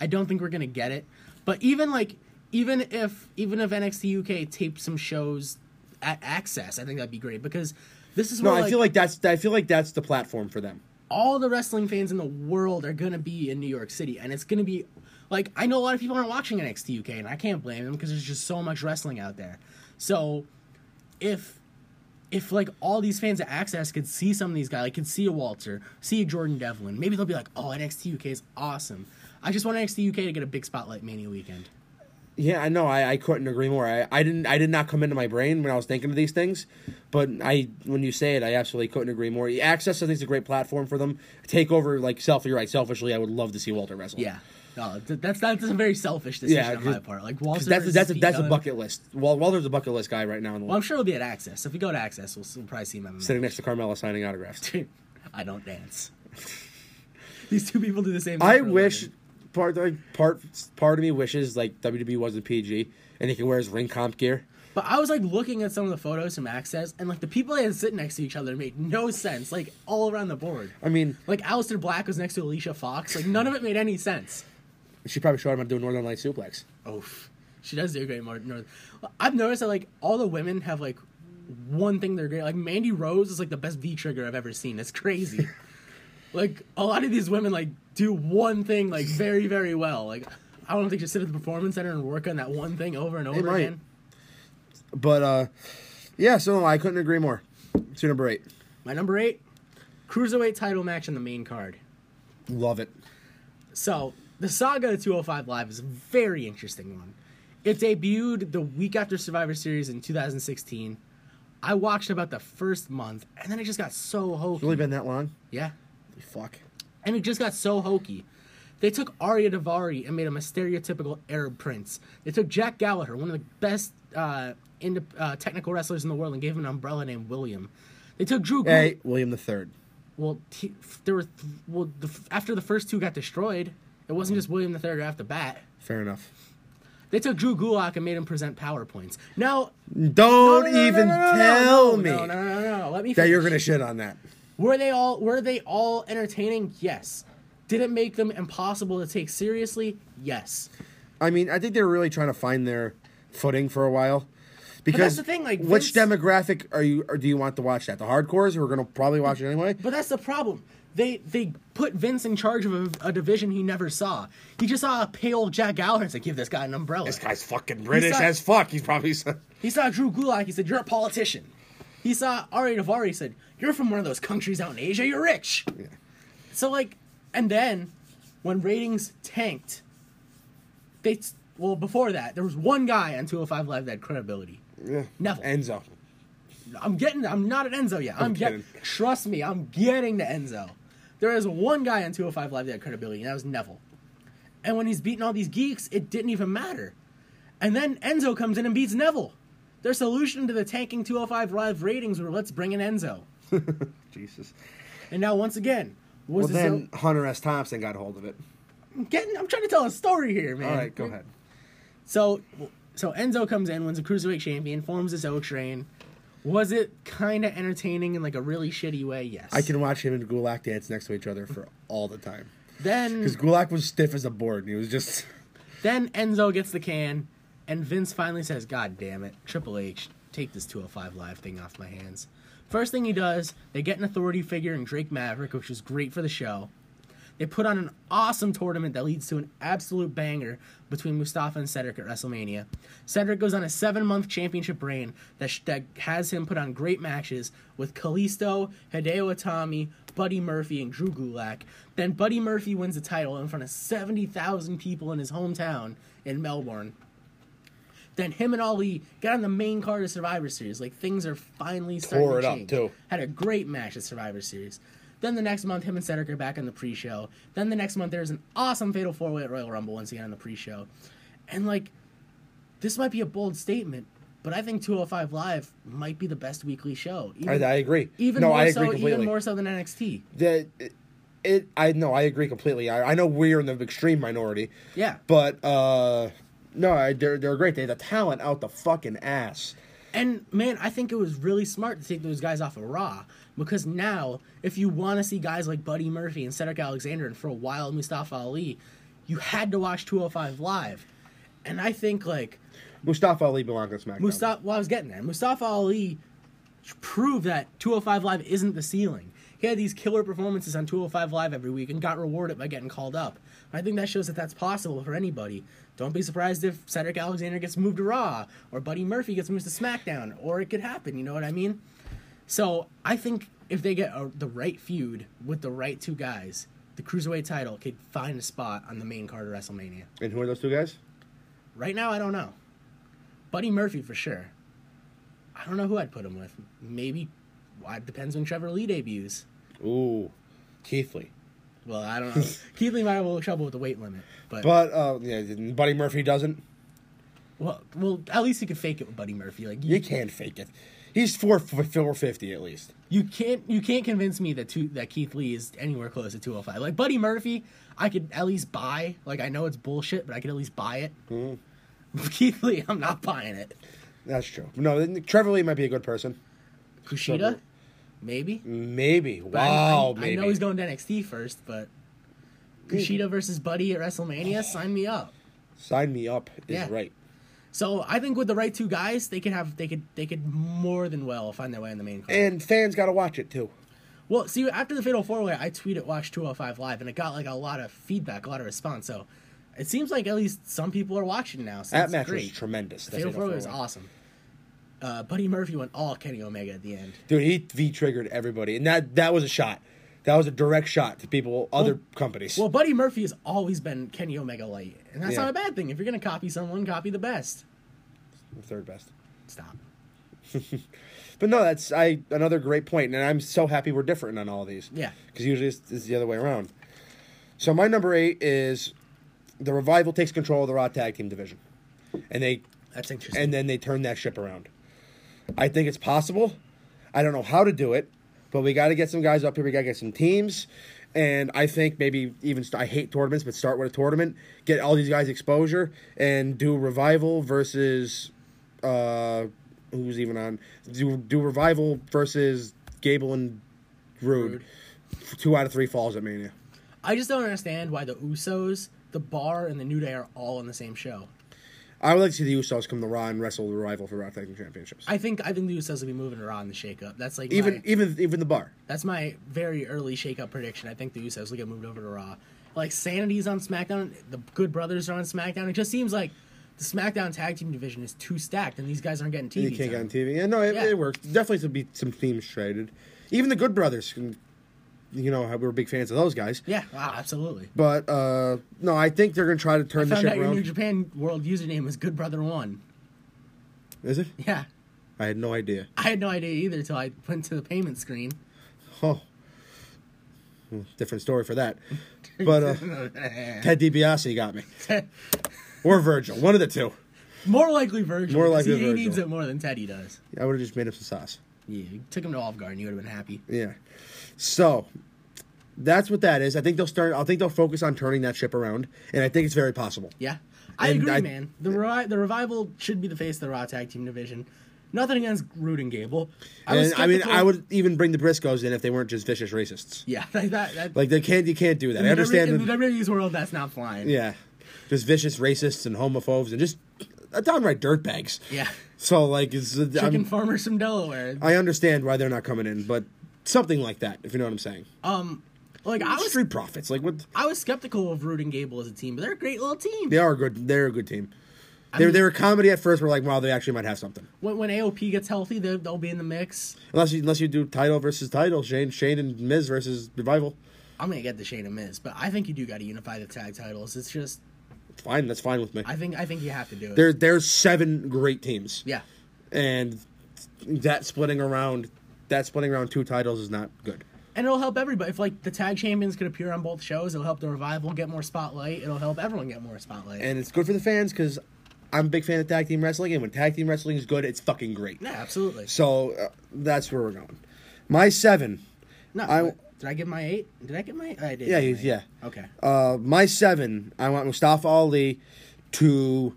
S1: I don't think we're gonna get it. But even like even if even if NXT UK taped some shows at Access, I think that'd be great because this is
S2: No,
S1: where
S2: I feel like that's I feel like that's the platform for them.
S1: all the wrestling fans in the world are going to be in New York City, and it's going to be like I know a lot of people aren't watching NXT UK, and I can't blame them because there's just so much wrestling out there. So if if like all these fans at Access could see some of these guys, like could see a Walter, see a Jordan Devlin, maybe they'll be like, "Oh, NXT UK is awesome." I just want NXT UK to get a big spotlight Mania weekend.
S2: Yeah, I know. I, I couldn't agree more. I, I didn't. I did not come into my brain when I was thinking of these things, but I when you say it, I absolutely couldn't agree more. Access, I think, is a great platform for them. Takeover, like self. You're right. Selfishly, I would love to see Walter wrestle.
S1: Yeah, no, th- that's that's a very selfish decision
S2: Yeah,
S1: on my
S2: 'cause-
S1: part. Like Walter, uh,
S2: 'Cause that's
S1: versus
S2: that's a,
S1: Pete
S2: that's a
S1: Dunne.
S2: bucket list. Well, Walter's a bucket list guy right now in the
S1: Well, I'm sure it'll be at Access. So if we go to Access, we'll, we'll probably see him. at MMA.
S2: sitting next to Carmella signing
S1: [LAUGHS]
S2: autographs.
S1: I don't dance. [LAUGHS] These two people do the same. thing
S2: I
S1: for a
S2: wish
S1: living.
S2: part like, part part of me wishes like WWE wasn't PG and he can wear his ring comp gear.
S1: But I was like looking at some of the photos from Access, and like the people that had sitting next to each other made no sense, like all around the board.
S2: I mean,
S1: Like Alistair Black was next to Alicia Fox. Like none of it made any sense.
S2: she probably showed him how to do a Northern Light suplex.
S1: Oof. She does do a great more. North. I've noticed that like all the women have like one thing they're great. Like Mandy Rose is like the best V trigger I've ever seen. It's crazy. like a lot of these women like do one thing like very very well. Like I don't think just sit at the performance center and work on that one thing over and over
S2: might.
S1: again.
S2: But uh, yeah, so no, I couldn't agree more. To number eight,
S1: My number eight, cruiserweight title match on the main card.
S2: love it.
S1: So the saga of 205 Live is a very interesting one. It debuted the week after Survivor Series in 2016. I watched about the first month, and then it just got so hokey.
S2: Really been that long?
S1: Yeah,
S2: Fuck.
S1: and it just got so hokey. They took Arya Davari and made him a stereotypical Arab prince. They took Jack Gallagher, one of the best uh, ind- uh, technical wrestlers in the world, and gave him an umbrella named William. They took Drew. Gulak-
S2: Hey, William the Third.
S1: well, t- f- there were th- well the, f- after the first two got destroyed, it
S2: Mm.
S1: wasn't just William the Third off the bat.
S2: Fair enough.
S1: They took Drew Gulak and made him present PowerPoints. Now,
S2: Don't
S1: no, no, no,
S2: even
S1: no, no, no,
S2: tell
S1: no,
S2: me
S1: no, no, no, no, no. Let me.
S2: that
S1: finish.
S2: you're gonna shit on that.
S1: Were they all were they all entertaining? Yes. Did it make them impossible to take seriously? Yes.
S2: I mean, I think they were really trying to find their footing for a while. Because
S1: the thing, like,
S2: which
S1: Vince-
S2: demographic are you or do you want to watch that? The hardcores who are gonna probably watch it anyway.
S1: But that's the problem. They they put Vince in charge of a, a division he never saw. He just saw a pale Jack Gallagher and said, "Give this guy an umbrella."
S2: This guy's fucking British
S1: not-
S2: as fuck. He's probably so-
S1: He saw Drew Gulak. He said, "You're a politician." He saw Ari Navari. He said, "You're from one of those countries out in Asia. You're rich." So like, and then when ratings tanked, they well before that there was one guy on 205 Live that had credibility.
S2: yeah.
S1: Neville.
S2: Enzo.
S1: I'm getting. I'm not at Enzo yet. I'm, getting.
S2: kidding.
S1: Trust me, I'm getting to Enzo. There is one guy on 205 Live that had credibility, and that was Neville. And when he's beating all these geeks, it didn't even matter. And then Enzo comes in and beats Neville. Their solution to the tanking 205 Live ratings were let's bring in Enzo.
S2: Jesus.
S1: And now once again, was
S2: Well,
S1: this
S2: then Hunter S. Thompson got hold of it.
S1: I'm getting? I'm trying to tell a story here, man.
S2: All right, go ahead.
S1: So, so Enzo comes in, wins a cruiserweight champion, forms this O Train. Was it kind of entertaining in like a really shitty way? Yes.
S2: I can watch him and Gulak dance next to each other for all the time.
S1: then
S2: Because Gulak was stiff as a board. And he was just.
S1: Then Enzo gets the can, and Vince finally says, God damn it, Triple H, take this 205 Live thing off my hands. First thing he does, they get an authority figure in Drake Maverick, which is great for the show. They put on an awesome tournament that leads to an absolute banger between Mustafa and Cedric at WrestleMania. Cedric goes on a seven month championship reign that, sh- that has him put on great matches with Kalisto, Hideo Itami, Buddy Murphy, and Drew Gulak. Then Buddy Murphy wins the title in front of 70,000 people in his hometown in Melbourne. Then him and Ali got on the main card of Survivor Series. Like things are finally starting
S2: Tore
S1: to
S2: it up,
S1: change
S2: too.
S1: had a great match at Survivor Series. Then the next month, him and Cedric are back on the pre-show. Then the next month, there's an awesome Fatal Four Way at Royal Rumble once again on the pre-show, and like, this might be a bold statement, but I think 205 Live might be the best weekly show.
S2: I,
S1: Even,
S2: I agree.
S1: even
S2: no,
S1: more
S2: I agree
S1: so,
S2: completely.
S1: even more so than NXT.
S2: that it, it I know I agree completely. I, I know we're in the extreme minority.
S1: Yeah.
S2: But uh no, I, they're they're great. They have the talent out the fucking ass.
S1: And man, I think it was really smart to take those guys off of Raw because now, if you want to see guys like Buddy Murphy and Cedric Alexander and for a while Mustafa Ali, you had to watch 205 Live. And I think like
S2: Mustafa Ali belongs on SmackDown.
S1: Mustafa, well, I was getting there. Mustafa Ali proved that 205 Live isn't the ceiling. He had these killer performances on 205 Live every week and got rewarded by getting called up. I think that shows that that's possible for anybody. Don't be surprised if Cedric Alexander gets moved to Raw or Buddy Murphy gets moved to SmackDown, or it could happen. You know what I mean? So I think if they get a, the right feud with the right two guys, the cruiserweight title could find a spot on the main card of WrestleMania.
S2: And who are those two guys?
S1: Right now, I don't know. Buddy Murphy for sure. I don't know who I'd put him with. Maybe. Well, it depends when Trevor Lee debuts.
S2: Ooh. Keithley.
S1: Well, I don't know. Keith Lee might have a little trouble with the weight limit, but,
S2: But uh yeah, Buddy Murphy doesn't.
S1: well, well, at least you could fake it with Buddy Murphy. Like you,
S2: You can't fake it. He's four four fifty at least.
S1: you can't you can't convince me that two, that Keith Lee is anywhere close to 205. Like Buddy Murphy, I could at least buy. Like I know it's bullshit, but I could at least buy it. [LAUGHS] Keith Lee, I'm not buying it.
S2: That's true. No, then Trevor Lee might be a good person.
S1: Kushida, maybe.
S2: Maybe.
S1: But I-
S2: Wow,
S1: I, I
S2: maybe.
S1: know he's going to NXT first, but Kushida versus Buddy at WrestleMania, sign me up.
S2: Sign me up is
S1: Yeah.
S2: right.
S1: So I think with the right two guys, they could have they could they could more than well find their way in the main card.
S2: And fans got to watch it too.
S1: well, see, after the Fatal Four Way, I tweeted Watch 205 Live, and it got like a lot of feedback, a lot of response. So it seems like at least some people are watching now. So
S2: That
S1: it's
S2: match
S1: great.
S2: was tremendous. the
S1: Fatal
S2: Fatal
S1: Four Way was
S2: Four-Way.
S1: awesome. Uh, Buddy Murphy went all Kenny Omega at the end.
S2: Dude, he V triggered everybody, and that that was a shot. That was a direct shot to people, other companies.
S1: Well, Buddy Murphy has always been Kenny Omega light, and that's
S2: Yeah.
S1: not a bad thing. If you're gonna copy someone, copy the best.
S2: third best.
S1: Stop.
S2: But no, that's I another great point, and I'm so happy we're different on all these.
S1: Yeah.
S2: because usually it's, it's the other way around. So my number eight is the revival takes control of the Raw Tag Team division, and they
S1: That's interesting.
S2: and then they turn that ship around. I think it's possible. I don't know how to do it, but we got to get some guys up here. We got to get some teams, and I think maybe even st- I hate tournaments, but start with a tournament, get all these guys exposure, and do revival versus uh, who's even on do do revival versus Gable and Rude, two out of three falls at Mania.
S1: I just don't understand why the Usos, the Bar, and the New Day are all on the same show.
S2: I would like to see the Usos come to Raw and wrestle the rival for Raw Tag Team Championships.
S1: I think I think the Usos will be moving around the shakeup. That's like
S2: even
S1: my,
S2: even even the bar.
S1: that's my very early shakeup prediction. I think the Usos will get moved over to Raw. Like Sanity's on SmackDown, the Good Brothers are on SmackDown. It just seems like the SmackDown tag team division is too stacked, and these guys aren't getting TV.
S2: You can't get
S1: time.
S2: on TV. Yeah, no, it,
S1: Yeah.
S2: it works. Definitely to be some themes traded. Even the Good Brothers, can- you know, how we were big fans of those guys.
S1: Yeah, wow, absolutely.
S2: But uh, no, I think they're going to try to turn the
S1: Found
S2: ship
S1: out your New
S2: around.
S1: Japan World username is Good Brother One.
S2: Is it?
S1: Yeah,
S2: I had no idea.
S1: I had no idea either until I went to the payment
S2: [LAUGHS]
S1: screen. [LAUGHS]
S2: Oh, Hmm, different story
S1: [LAUGHS]
S2: for that. But uh, Ted DiBiase got me, or Virgil, one of the two.
S1: More likely Virgil.
S2: More
S1: 'cause
S2: likely
S1: he,
S2: Virgil.
S1: He needs it more than Teddy does.
S2: I would have just made up some sauce.
S1: Yeah, you took him to Olive Garden, you would have been happy.
S2: Yeah. So that's what that is. I think they'll start. I think they'll focus on turning that ship around, and I think it's very possible.
S1: Yeah, I
S2: And
S1: agree,
S2: I-
S1: man. The revi- the revival should be the face of the Raw Tag Team Division. Nothing against Rude and Gable. was
S2: and I mean,
S1: skeptical-
S2: I would even bring the Briscoes in if they weren't just vicious racists.
S1: Yeah, [LAUGHS] that, that, that,
S2: Like they can't, you can't do that. I
S1: in the W-
S2: understand.
S1: in
S2: that-
S1: the WWE's world, that's not flying.
S2: yeah, just vicious racists and homophobes and just uh, downright dirtbags.
S1: yeah.
S2: So like, it's, uh,
S1: Chicken
S2: I'm,
S1: farmers from Delaware.
S2: I understand why they're not coming in, but something like that, if you know what I'm saying.
S1: Like I was,
S2: Street profits, like what?
S1: I was skeptical of Rude and Gable as a team, but they're a great little team.
S2: They are a good. They're a good team. They were they were comedy at first. We're like, wow, they actually might have something.
S1: When, when AOP gets healthy, they'll, they'll be in the mix.
S2: Unless you unless you do title versus title, Shane Shane and Miz versus Revival.
S1: I'm gonna get the Shane and Miz, but I think you do got to unify the tag titles. It's just,
S2: Fine, that's fine with me.
S1: I think, I think you have to do it.
S2: There there's seven great teams.
S1: yeah,
S2: and that splitting around that splitting around two titles is not good.
S1: and it'll help everybody. If like the tag champions could appear on both shows, it'll help the revival get more spotlight. It'll help everyone get more spotlight.
S2: And it's good for the fans because I'm a big fan of tag team wrestling, and when tag team wrestling is good, it's fucking great.
S1: yeah, absolutely.
S2: So uh, that's where we're going. My seven,
S1: No,
S2: I-
S1: but- did I give my eight? Did I get my? I did.
S2: Yeah,
S1: give
S2: you-
S1: my eight.
S2: yeah.
S1: Okay.
S2: uh, my seven. I want Mustafa Ali to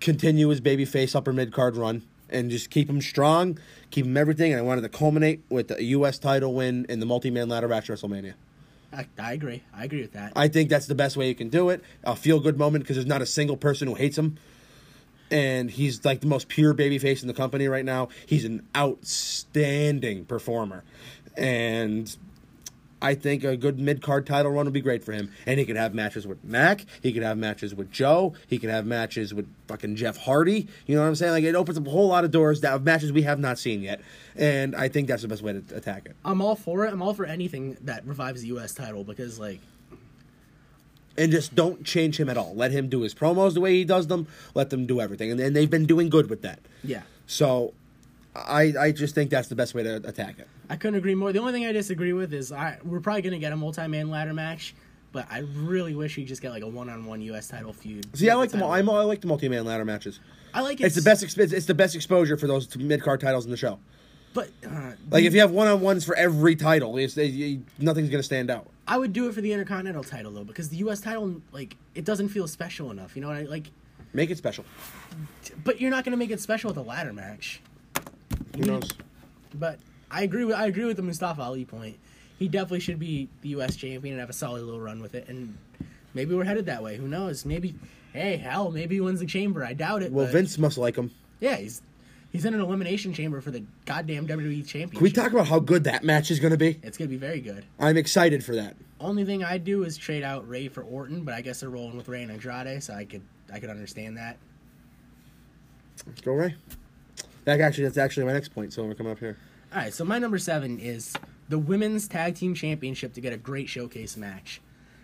S2: continue his babyface upper mid card run and just keep him strong, keep him everything. And I wanted to culminate with a U.S. title win in the multi man ladder match at WrestleMania.
S1: I, I agree. I agree with that.
S2: I think that's the best way you can do it. A feel good moment because there's not a single person who hates him. And he's like the most pure babyface in the company right now. He's an outstanding performer. And I think a good mid card title run would be great for him. And he could have matches with Mac. He could have matches with Joe. He could have matches with fucking Jeff Hardy. You know what I'm saying? Like it opens up a whole lot of doors that of matches we have not seen yet. And I think that's the best way to attack it.
S1: I'm all for it. I'm all for anything that revives the U.S. title because, like,
S2: and just don't change him at all. Let him do his promos the way he does them. Let them do everything, and, and they've been doing good with that.
S1: yeah,
S2: So, I I just think that's the best way to attack it.
S1: I couldn't agree more. The only thing I disagree with is I we're probably gonna get a multi-man ladder match, but I really wish we just get like a one-on-one U.S. title feud.
S2: See, I like the
S1: Title.
S2: mul- I'm, I like the multi man ladder matches.
S1: I like
S2: It's the best exp- it's the best exposure for those mid card titles in the show.
S1: but uh,
S2: Like if you have one on ones for every title, it's, it, you- nothing's gonna stand out.
S1: I would do it for the Intercontinental title though because the U.S. title like it doesn't feel special enough. You know what I like?
S2: Make it special.
S1: But you're not gonna make it special with a ladder match.
S2: Who knows?
S1: But I agree with I agree with the Mustafa Ali point. He definitely should be the U.S. champion and have a solid little run with it. And Maybe we're headed that way. Who knows? Maybe, hey, hell, maybe he wins the chamber. I doubt it.
S2: Well,
S1: but-
S2: Vince must like him.
S1: Yeah, he's he's in an elimination chamber for the goddamn WWE championship.
S2: Can we talk about how good that match is going to be?
S1: It's gonna be very good.
S2: I'm excited for that.
S1: Only thing I'd do is trade out Ray for Orton, but I guess they're rolling with Ray and Andrade, so I could I could understand that.
S2: Let's go Ray. That actually, that's actually my next point. So we're coming up here.
S1: All right, so my number seven is the women's tag team championship to get a great showcase match.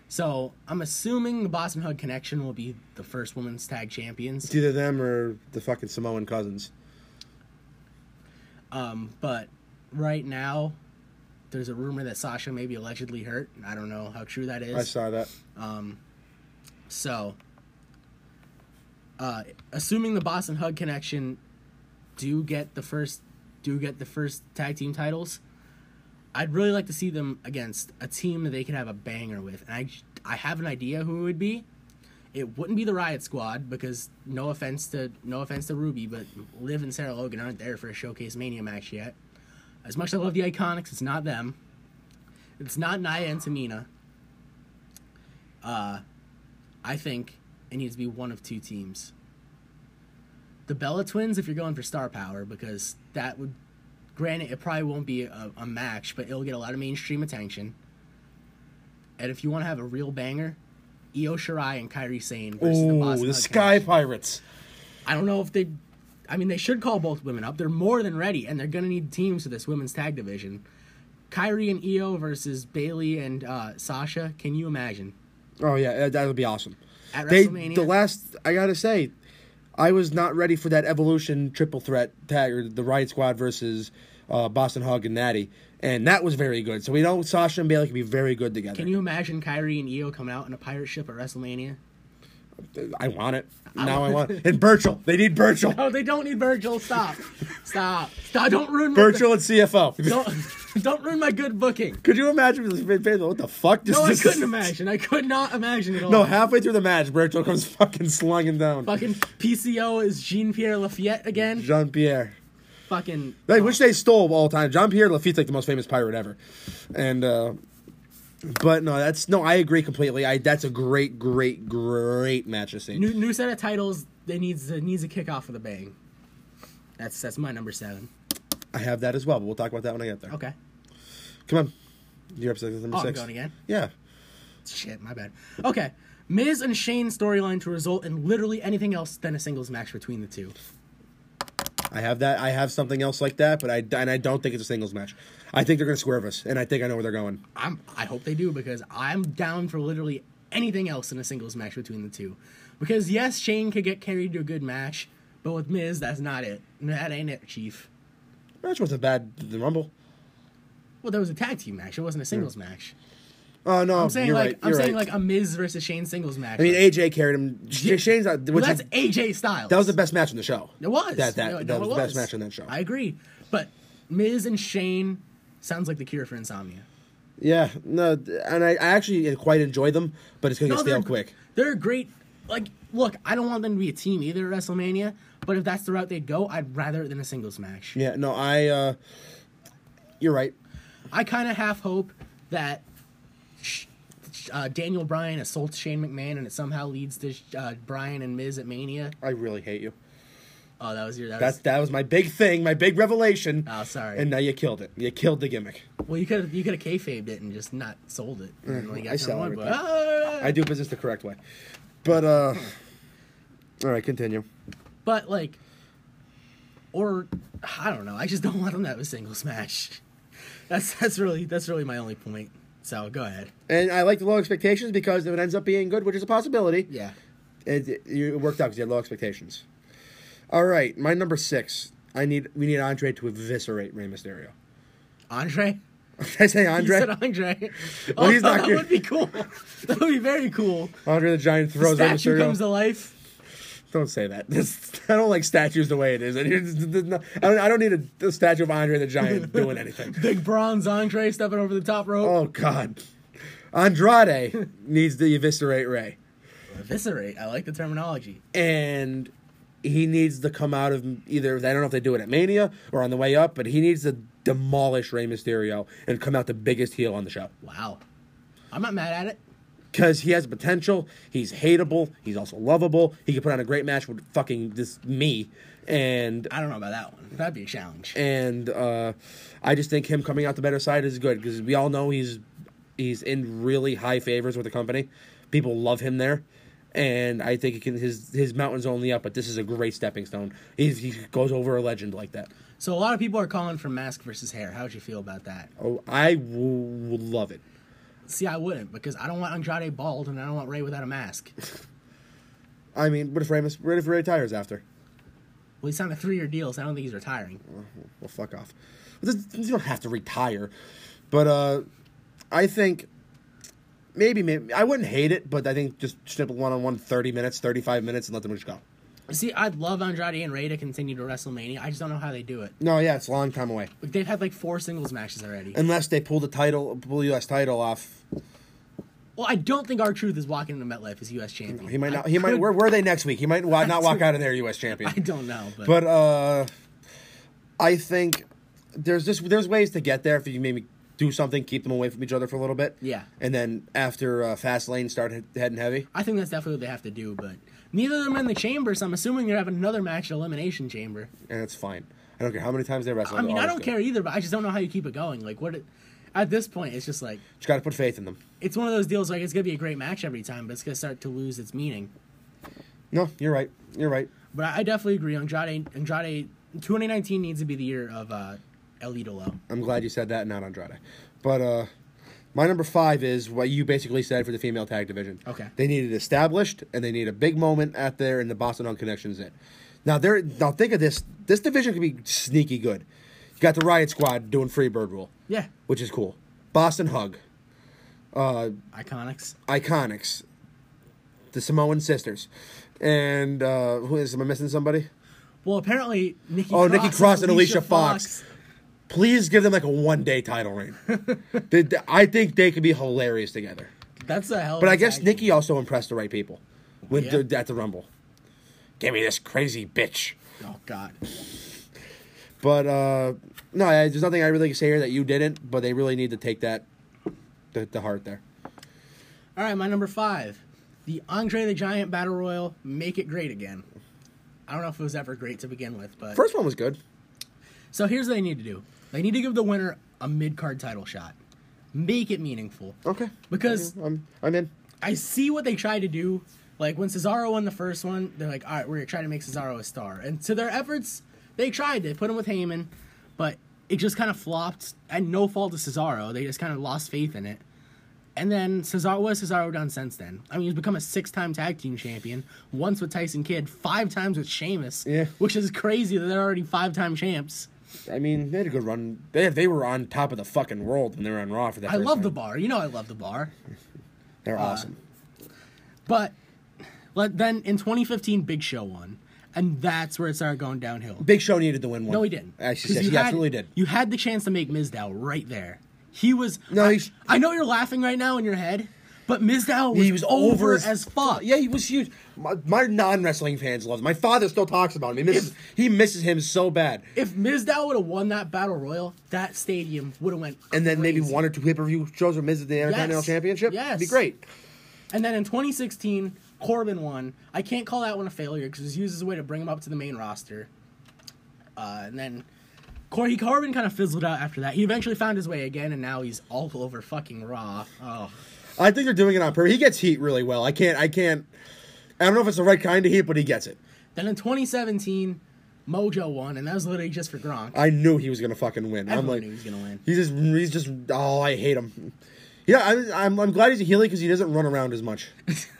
S1: So I'm assuming the Boston Hug Connection will be the first women's tag champions,
S2: It's either them or the fucking Samoan cousins.
S1: um, but right now there's a rumor that Sasha may be allegedly hurt. I don't know how true that is.
S2: I saw that.
S1: So, uh, assuming the Boston Hug connection do get the first do get the first tag team titles, I'd really like to see them against a team that they could have a banger with. And I j- I have an idea who it would be. It wouldn't be the Riot Squad because no offense to no offense to Ruby, but Liv and Sarah Logan aren't there for a Showcase Mania match yet. As much as I love the Iconics, it's not them. It's not Naya and Tamina. Uh, I think it needs to be one of two teams. The Bella Twins, if you're going for star power, because that would, granted, it probably won't be a, a match, but it'll get a lot of mainstream attention. And if you want to have a real banger, Io Shirai and Kairi Sane versus the
S2: Oh,
S1: Boston
S2: the
S1: Hug
S2: Sky
S1: Connection.
S2: Pirates.
S1: I don't know if they. I mean, they should call both women up. They're more than ready, and they're going to need teams for this women's tag division. Kyrie and Io versus Bailey and uh, Sasha. Can you imagine?
S2: Oh yeah, that- that'll be awesome.
S1: At
S2: They
S1: WrestleMania?
S2: the last I gotta say, I was not ready for that Evolution triple threat tag or the Riot Squad versus uh, Boston Hog and Natty, and that was very good. So we know Sasha and Bailey can be very good together.
S1: Can you imagine Kyrie and Io coming out in a pirate ship at WrestleMania?
S2: I want it now. I want it. and Birchall. They need Birchall.
S1: Oh, they don't need Virgil. Stop. Stop. Stop. Don't ruin my
S2: Birchall
S1: [LAUGHS]
S2: and CFO.
S1: Don't, don't ruin my good booking.
S2: Could you imagine? if this- What the fuck? This,
S1: No, I
S2: this- [LAUGHS]
S1: couldn't imagine. I could not imagine at all.
S2: No, halfway through the match, Birchall comes [LAUGHS] fucking slunging down.
S1: fucking PCO is Jean Pierre Lafayette again.
S2: Jean Pierre.
S1: fucking.
S2: They, which they stole all time. Jean Pierre Lafitte's like the most famous pirate ever, and uh, but no, that's no. I agree completely. I that's a great, great, great match of scene.
S1: New new set of titles. They needs it needs a kickoff with a bang. That's that's my number seven.
S2: I have that as well, but we'll talk about that when I get there.
S1: Okay.
S2: Come on, you're up to number
S1: Oh, I'm
S2: six.
S1: going again?
S2: Yeah,
S1: Shit, my bad. Okay. Miz and Shane storyline to result in literally anything else than a singles match between the two.
S2: I have that. I have something else like that, but I and I don't think it's a singles match. I think they're gonna swerve us, and I think I know where they're going.
S1: I'm I hope they do because I'm down for literally anything else in a singles match between the two. Because yes, Shane could get carried to a good match, but with Miz, that's not it. That ain't it, Chief.
S2: Match wasn't bad. The Rumble.
S1: Well, there was a tag team match. It wasn't a singles match.
S2: Oh no,
S1: I'm saying
S2: you're
S1: like
S2: right.
S1: I'm
S2: you're
S1: saying
S2: right.
S1: like a Miz versus Shane singles match.
S2: I mean, AJ carried him. Sh- Shane's not.
S1: well,
S2: Which
S1: that's
S2: is,
S1: AJ Styles.
S2: that was the best match on the show.
S1: It was
S2: That that,
S1: No, no,
S2: that was
S1: it
S2: the best match on that show.
S1: I agree, but Miz and Shane sounds like the cure for insomnia.
S2: Yeah, no, th- and I, I actually quite enjoy them, but it's gonna get
S1: No, they're-
S2: stale quick.
S1: They're great. Like, look, I don't want them to be a team either at WrestleMania, but if that's the route they'd go, I'd rather it than a singles match.
S2: Yeah, no, I. uh You're right.
S1: I kind of half hope that sh- sh- uh, Daniel Bryan assaults Shane McMahon and it somehow leads to sh- uh, Bryan and Miz at Mania.
S2: I really hate you.
S1: Oh, that was your. That
S2: That's
S1: was,
S2: that was my big thing, my big revelation.
S1: Oh, sorry.
S2: And now you killed it. You killed the gimmick.
S1: well, you could you could have kayfabed it and just not sold it. And, like,
S2: Mm, I sell
S1: everyone,
S2: everything.
S1: but- oh,
S2: I do business the correct way, but uh, all right, continue.
S1: But like, or I don't know. I just don't [LAUGHS] want them to have a singles match. [LAUGHS] That's that's really that's really my only point. So go ahead.
S2: And I like the low expectations because if it ends up being good, which is a possibility,
S1: Yeah.
S2: it, it, it worked out because you had low expectations. All right, my number six. I need we need Andre to eviscerate Rey Mysterio. [LAUGHS]
S1: Andre?
S2: Did I say
S1: You
S2: Andre?
S1: said Andre.
S2: Well,
S1: [LAUGHS] oh,
S2: he's not
S1: that
S2: here.
S1: would be cool. That would be very cool.
S2: Andre the Giant
S1: The
S2: throws Rey
S1: statue
S2: Mysterio.
S1: comes to life.
S2: Don't say that. [LAUGHS] This, I don't like statues the way it is. [LAUGHS] I don't, I don't need a, a statue of Andre
S1: [LAUGHS]
S2: the Giant doing anything.
S1: Big bronze Andre stepping over the top rope.
S2: Oh God,
S1: [LAUGHS]
S2: Andrade needs to eviscerate Ray, Oh.
S1: Eviscerate. I like the terminology.
S2: and he needs to come out of either. I don't know if they do it at Mania or on the way up, but he needs to demolish Ray Mysterio and come out the biggest heel on the show.
S1: Wow. I'm not mad at it.
S2: because he has potential. He's hateable. He's also lovable. He could put on a great match with fucking this me, and
S1: I don't know about that one. That'd be a challenge.
S2: and uh, I just think him coming out the better side is good because we all know he's he's in really high favors with the company. People love him there, and I think he can, his his mountain's only up. But this is a great stepping stone. If he goes over a legend like that,
S1: So a lot of people are calling for mask versus hair. How would you feel about that?
S2: oh, I w- would love it.
S1: See, I wouldn't because I don't want Andrade bald and I don't want Ray without a
S2: [LAUGHS]
S1: mask.
S2: I mean, what if Ramos? What if Ray retires after?
S1: Well, he signed a three-year deal, so I don't think he's retiring.
S2: Well, fuck off. This- You don't have to retire, but uh, I think maybe maybe I wouldn't hate it, but I think just snip one on one, thirty minutes, thirty five minutes, and let them just go.
S1: See, I'd love Andrade and Ray to continue to WrestleMania. I just don't know how they do it.
S2: No, yeah, it's a long time away.
S1: Like, they've had like four singles matches already.
S2: Unless they pull the title, pull the U.S. title off.
S1: Well, I don't think our truth is walking into MetLife as U.S. champion.
S2: He might
S1: I
S2: not. He might.
S1: could-
S2: Where were they next week? He might wa- not walk out of there U.S. champion.
S1: [LAUGHS] I don't know, but,
S2: But uh, I think there's just there's ways to get there if you maybe do something, keep them away from each other for a little bit.
S1: Yeah.
S2: And then after uh, fast lane, start he- heading heavy.
S1: I think that's definitely what they have to do. But neither of them are in the chamber, so I'm assuming they're having another match at elimination chamber.
S2: and it's fine. I don't care how many times they wrestle.
S1: I mean,
S2: they're
S1: I don't
S2: always
S1: care
S2: good.
S1: either, but I just don't know how you keep it going. Like, what? It, at this point, it's just like
S2: Just got to put faith in them.
S1: it's one of those deals. Like, it's gonna be a great match every time, but it's gonna start to lose its meaning.
S2: No, you're right. You're right.
S1: But I, I definitely agree. Andrade, Andrade, 2019 needs to be the year of uh, El Idolo.
S2: I'm glad you said that, not Andrade. But uh, my number five is what you basically said for the female tag division.
S1: Okay.
S2: They need it established, and they need a big moment out there, and the Boston Hug connections in. Now there. Now think of this. This division could be sneaky good. You got the Riot Squad doing free bird rule,
S1: Yeah,
S2: which is cool. Boston Hug,
S1: Iconics.
S2: Iconics, the Samoan sisters, and uh, who is? Am I missing somebody?
S1: Well, apparently Nikki.
S2: Oh, Nikki Cross and Alicia Fox. Please give them like a one day
S1: [LAUGHS]
S2: title reign. They- they- I think they could be hilarious together.
S1: That's a hell. Of
S2: But
S1: a
S2: I guess
S1: tag
S2: Nikki
S1: team.
S2: also impressed the right people with
S1: Yeah.
S2: the, at the Rumble. Give me this crazy bitch.
S1: Oh God.
S2: But uh, no, I, there's nothing I really can say here that you didn't. But they really need to take that to, to heart there.
S1: All right, my number five, the Andre the Giant Battle Royal, make it great again. I don't know if it was ever great to begin with, but
S2: First one was good.
S1: so here's what they need to do: they need to give the winner a mid card title shot, make it meaningful.
S2: Okay.
S1: Because
S2: I'm I'm in.
S1: I see what they try to do. Like when Cesaro won the first one, they're like, "All right, we're trying to make Cesaro a star." And to their efforts, they tried. They put him with Heyman, but it just kind of flopped. And no fault of Cesaro, they just kind of lost faith in it. And then Cesaro what has Cesaro done since then? I mean, he's become a six-time tag team champion, once with Tyson Kidd, five times with Sheamus.
S2: Yeah.
S1: which is crazy that they're already five-time champs.
S2: I mean, they had a good run. They they were on top of the fucking world when they were on Raw for that.
S1: I
S2: first
S1: love the uh,
S2: time.
S1: bar. You know, I love the bar.
S2: They're awesome.
S1: But let, then in 2015, Big Show won, and that's where it started going downhill.
S2: Big Show needed to win one.
S1: No, he didn't.
S2: Actually,
S1: 'Cause
S2: yes,
S1: you
S2: he
S1: had-
S2: absolutely did.
S1: You had the chance to make Mizdow right there. He was.
S2: No,
S1: I,
S2: he's-
S1: I know you're laughing right now in your head, but Mizdow was,
S2: He was
S1: over
S2: over
S1: as, fuck.
S2: Yeah, he was huge. My, my non wrestling fans love him. My father still talks about him. He misses, he misses him so bad.
S1: If Mizdow would have won that battle royal, that stadium would have went.
S2: And then maybe
S1: crazy.
S2: one or two pay per view shows with Miz at the Intercontinental Championship.
S1: Yes.
S2: be great.
S1: And then in 2016, Corbin won. I can't call that one a failure because it was used as a way to bring him up to the main roster. Uh, and then Corey Corbin kind of fizzled out after that. He eventually found his way again, and now he's all over fucking Raw. Oh,
S2: I think they're doing it on purpose. He gets heat really well. I can't. I can't. I don't know if it's the right kind of heat, but he gets it.
S1: Then in 2017, Mojo won, and that was literally just for Gronk.
S2: I knew he was gonna fucking win.
S1: Everyone
S2: I'm like,
S1: knew he was gonna win.
S2: He's just. He's just. Oh, I hate him. Yeah, I'm. I'm, I'm glad he's a healy because he doesn't run around
S1: [LAUGHS]
S2: as much.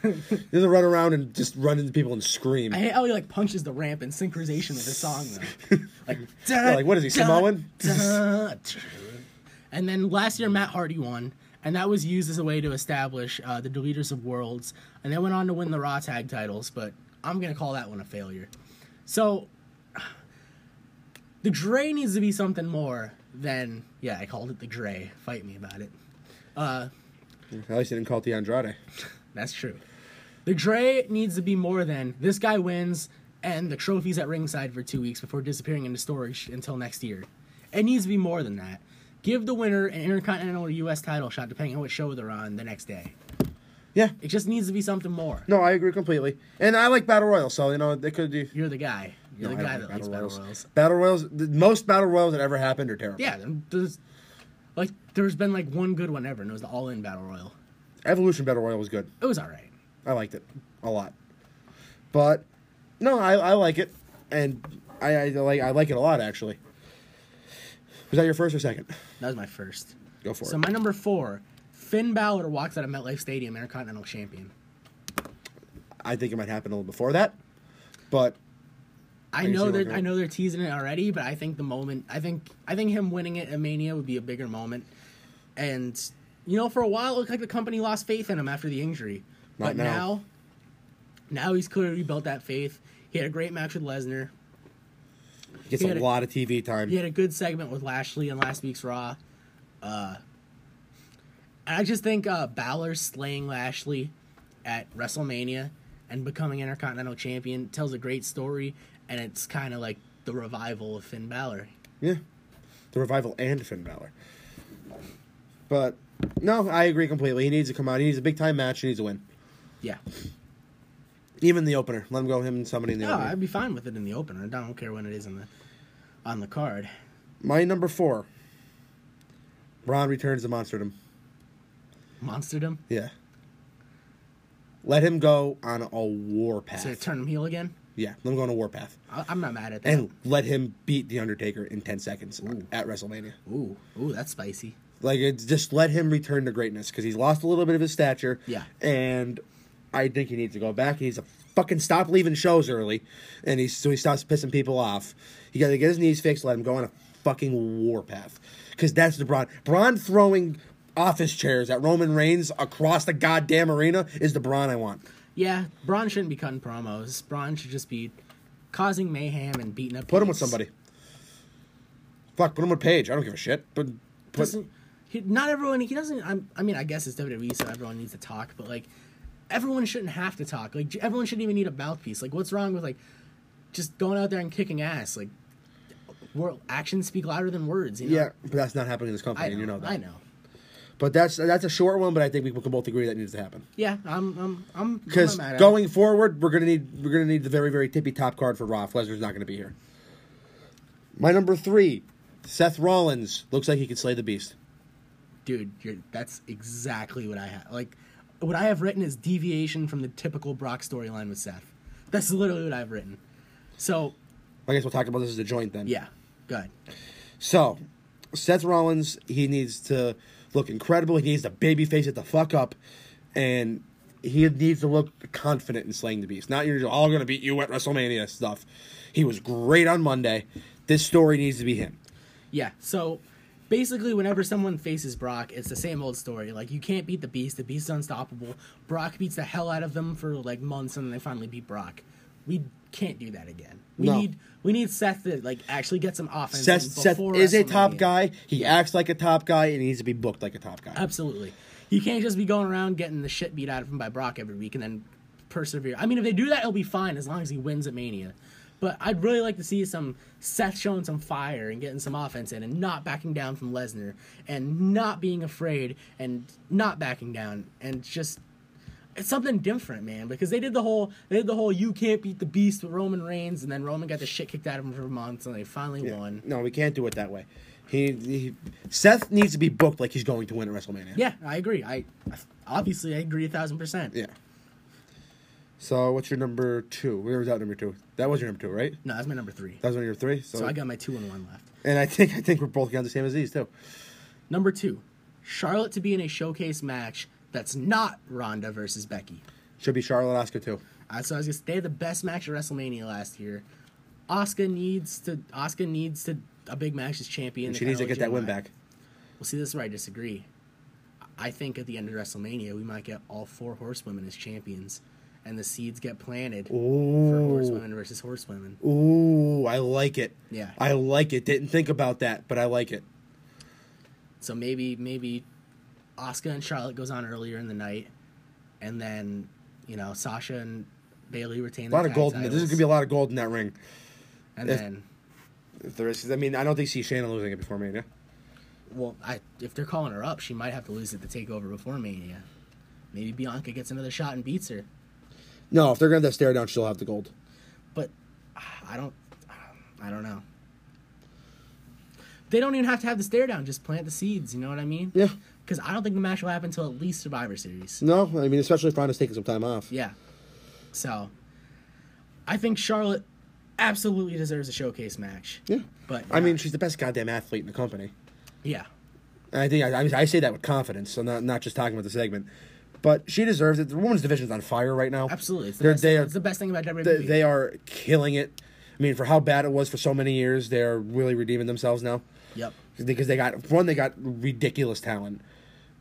S2: he doesn't run around and just run into people and scream.
S1: I hate how he like punches the ramp in synchronization with his song though. like, [LAUGHS] da,
S2: [LAUGHS] like, what is he,
S1: da,
S2: Samoan?
S1: da, da. and then last year Matt Hardy won, and that was used as a way to establish uh, the Deleters of Worlds, and they went on to win the Raw Tag Titles. But I'm gonna call that one a failure. So [SIGHS] the Dre needs to be something more than yeah. I called it the Dre. Fight me about it.
S2: At least he didn't call it the Andrade.
S1: That's true. The Dre needs to be more than this guy wins and the trophy's at ringside for two weeks before disappearing into storage until next year. It needs to be more than that. Give the winner an Intercontinental or U.S. title shot, depending on what show they're on the next day.
S2: Yeah.
S1: It just needs to be something more.
S2: No, I agree completely. And I like battle royals, so you know they could do.
S1: You're the guy. You're
S2: No,
S1: the
S2: I
S1: guy
S2: don't
S1: that
S2: like
S1: likes battle royals.
S2: Battle royals. The most battle royals that ever happened are terrible.
S1: Yeah, there's like there's been like one good one ever, and it was the All In Battle Royal.
S2: Evolution battle royal was good.
S1: It was all right.
S2: I liked it a lot. But no, I, I like it, and I, I like I like it a lot actually. Was that your first or second?
S1: That was my first.
S2: Go for
S1: So
S2: it.
S1: my number four, Finn Balor walks out of MetLife Stadium, Intercontinental Champion.
S2: I think it might happen a little before that, but
S1: I
S2: I
S1: know they're
S2: see what
S1: I
S2: you're-
S1: know they're teasing it already, but I think the moment I think I think him winning it at Mania would be a bigger moment. And you know, for a while it looked like the company lost faith in him after the injury.
S2: Not
S1: but
S2: now.
S1: now now he's clearly rebuilt that faith. He had a great match with Lesnar.
S2: it gets
S1: He
S2: a
S1: had a-
S2: lot of TV time.
S1: He had a good segment with Lashley in last week's Raw. Uh, and I just think uh, Balor slaying Lashley at WrestleMania and becoming Intercontinental Champion tells a great story, and it's kind of like the revival of Finn Balor.
S2: Yeah. The revival and Finn Balor. But no, I agree completely. He needs to come out. He needs a big time match. He needs to win.
S1: Yeah.
S2: Even the opener. Let him go him and somebody in the
S1: No,
S2: opener.
S1: I'd be fine with it in the opener. I don't care when it is in the on the card.
S2: My number four. Ron returns to Monsterdom.
S1: Monsterdom.
S2: Yeah. Let him go on a war path.
S1: So turn him heel again.
S2: Yeah, let him go on a war path.
S1: I- I'm not mad at that.
S2: And let him beat The Undertaker in 10 seconds at WrestleMania.
S1: ooh, ooh, that's spicy.
S2: Like, it's just let him return to greatness because he's lost a little bit of his stature.
S1: Yeah.
S2: And I think he needs to go back. He needs to fucking stop leaving shows early. And he's, so he stops pissing people off. He got to get his knees fixed, let him go on a fucking war path. Because that's the Braun. Braun throwing office chairs at Roman Reigns across the goddamn arena is the Braun I want.
S1: Yeah, Braun shouldn't be cutting promos. Braun should just be causing mayhem and beating up.
S2: Put him with
S1: dudes.
S2: somebody. Fuck, put him with Paige. I don't give a shit. But put,
S1: Doesn't- he- not everyone. He doesn't. I'm, I mean, I guess it's WWE, so everyone needs to talk. But like, everyone shouldn't have to talk. Like, j- everyone shouldn't even need a mouthpiece. Like, what's wrong with like just going out there and kicking ass? Like, wor- actions speak louder than words. You know?
S2: yeah, but that's not happening in this company,
S1: I know,
S2: and you know that.
S1: I know.
S2: But that's that's a short one, but I think we can both agree that needs to happen.
S1: Yeah, I'm. I'm. I'm.
S2: Because
S1: I'm not mad at
S2: going forward, we're gonna need we're gonna need the very very tippy top card for Raw. If Lesnar's not gonna be here. My number three, Seth Rollins looks like he could slay the beast.
S1: it. dude, you're, that's exactly what I have. Like, what I have written is deviation from the typical Brock storyline with Seth. That's literally what I've written. So
S2: I guess we'll talk about this as a joint then.
S1: yeah, good.
S2: So, Seth Rollins, he needs to look incredible. He needs to babyface it the fuck up, and he needs to look confident in slaying the beast. Not you're all gonna beat you at WrestleMania stuff. He was great on Monday. This story needs to be him.
S1: Yeah. So basically, whenever someone faces Brock, it's the same old story. Like you can't beat the Beast. The Beast's unstoppable. Brock beats the hell out of them for like months, and then they finally beat Brock. We can't do that again. We
S2: No.
S1: need we need Seth to like actually get some offense.
S2: Seth,
S1: in
S2: Seth
S1: before
S2: is a top
S1: WrestleMania.
S2: guy. He acts like a top guy, and he needs to be booked like a top guy.
S1: Absolutely. You can't just be going around getting the shit beat out of him by Brock every week and then persevere. I mean, if they do that, it'll be fine as long as he wins at Mania. But I'd really like to see some Seth showing some fire and getting some offense in and not backing down from Lesnar and not being afraid and not backing down and just it's something different, man. Because they did the whole they did the whole you can't beat the beast with Roman Reigns and then Roman got the shit kicked out of him for months and they finally won.
S2: No, we can't do it that way. He, he Seth needs to be booked like he's going to win at WrestleMania.
S1: Yeah, I agree. I obviously I agree a thousand percent.
S2: Yeah. So what's your number two? Where was that number two? That was your number two, right?
S1: No, that's my number three.
S2: That was one of your three. So,
S1: So I got my two and one left.
S2: and I think I think we're both going the same as these too.
S1: Number two, Charlotte to be in a showcase match that's not Ronda versus Becky.
S2: Should be Charlotte Oscar too.
S1: Uh, so I was gonna they had the best match at WrestleMania last year. Oscar needs to Oscar needs to a big match as champion.
S2: She
S1: They
S2: needs to
S1: kinda
S2: get that win
S1: legitimized-
S2: back.
S1: Well, see, this is where I disagree. I think at the end of WrestleMania, we might get all four horsewomen as champions, and the seeds get planted for horsewomen versus horsewomen.
S2: Ooh, I like it.
S1: Yeah.
S2: I like it. Didn't think about that, but I like it.
S1: So maybe maybe Oscar and Charlotte goes on earlier in the night, and then you know Sasha and Bailey retain
S2: A lot of gold. In, this is gonna be a lot of gold in that ring.
S1: and then
S2: If there is, 'cause I mean, I don't think see Shayna losing it before Mania.
S1: well, I if they're calling her up, she might have to lose at the takeover before Mania. Maybe Bianca gets another shot and beats her.
S2: No, if they're gonna have that stare down, she'll have the gold.
S1: But ah, I don't, I don't know. They don't even have to have the stare down. Just plant the seeds. You know what I mean?
S2: Yeah.
S1: Because I don't think the match will happen until at least Survivor Series.
S2: No, I mean especially if Ronda's taking some time off.
S1: Yeah. So, I think Charlotte absolutely deserves a showcase match.
S2: Yeah.
S1: But
S2: I mean she's the best goddamn athlete in the company.
S1: yeah,
S2: And I think I, I- I say that with confidence. So I'm not not just talking about the segment, but she deserves it. The women's division's on fire right now.
S1: absolutely. It's the,
S2: They're-
S1: best,
S2: they are-
S1: it's the best thing about E. WWE.
S2: They, they are killing it. I mean, for how bad it was for so many years, they're really redeeming themselves now
S1: yep.
S2: because they got one. They got ridiculous talent.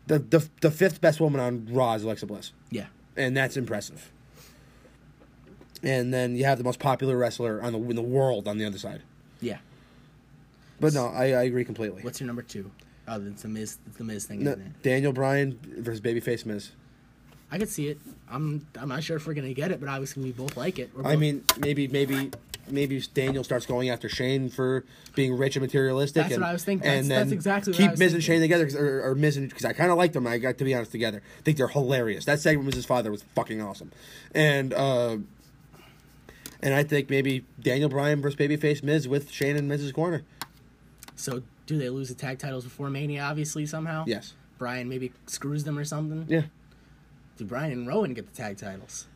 S2: The the the fifth best woman on Raw is Alexa Bliss,
S1: Yeah.
S2: and that's impressive. And then you have the most popular wrestler on the in the world on the other side.
S1: Yeah.
S2: But no, I, I agree completely.
S1: What's your number two? Oh, it's the Miz. It's the Miz thing,
S2: No,
S1: isn't it?
S2: Daniel Bryan versus Babyface Miz.
S1: I could see it. I'm I'm not sure if we're gonna get it, but obviously we both like it. We're
S2: I
S1: both-
S2: mean, maybe, maybe, maybe Daniel starts going after Shane for being rich and materialistic.
S1: That's
S2: and,
S1: what I was thinking.
S2: And
S1: That's-
S2: then
S1: that's exactly what I
S2: keep
S1: was
S2: Miz and
S1: thinking.
S2: Shane together, 'cause- or, or Miz and because I kind of like them. I got to be honest together. I think they're hilarious. That segment with his father was fucking awesome, and uh, and I think maybe Daniel Bryan versus Babyface Miz with Shane in Miz's corner.
S1: so do they lose the tag titles before Mania? Obviously, somehow.
S2: Yes.
S1: Brian maybe screws them or something.
S2: Yeah.
S1: Do Brian and Rowan get the tag titles?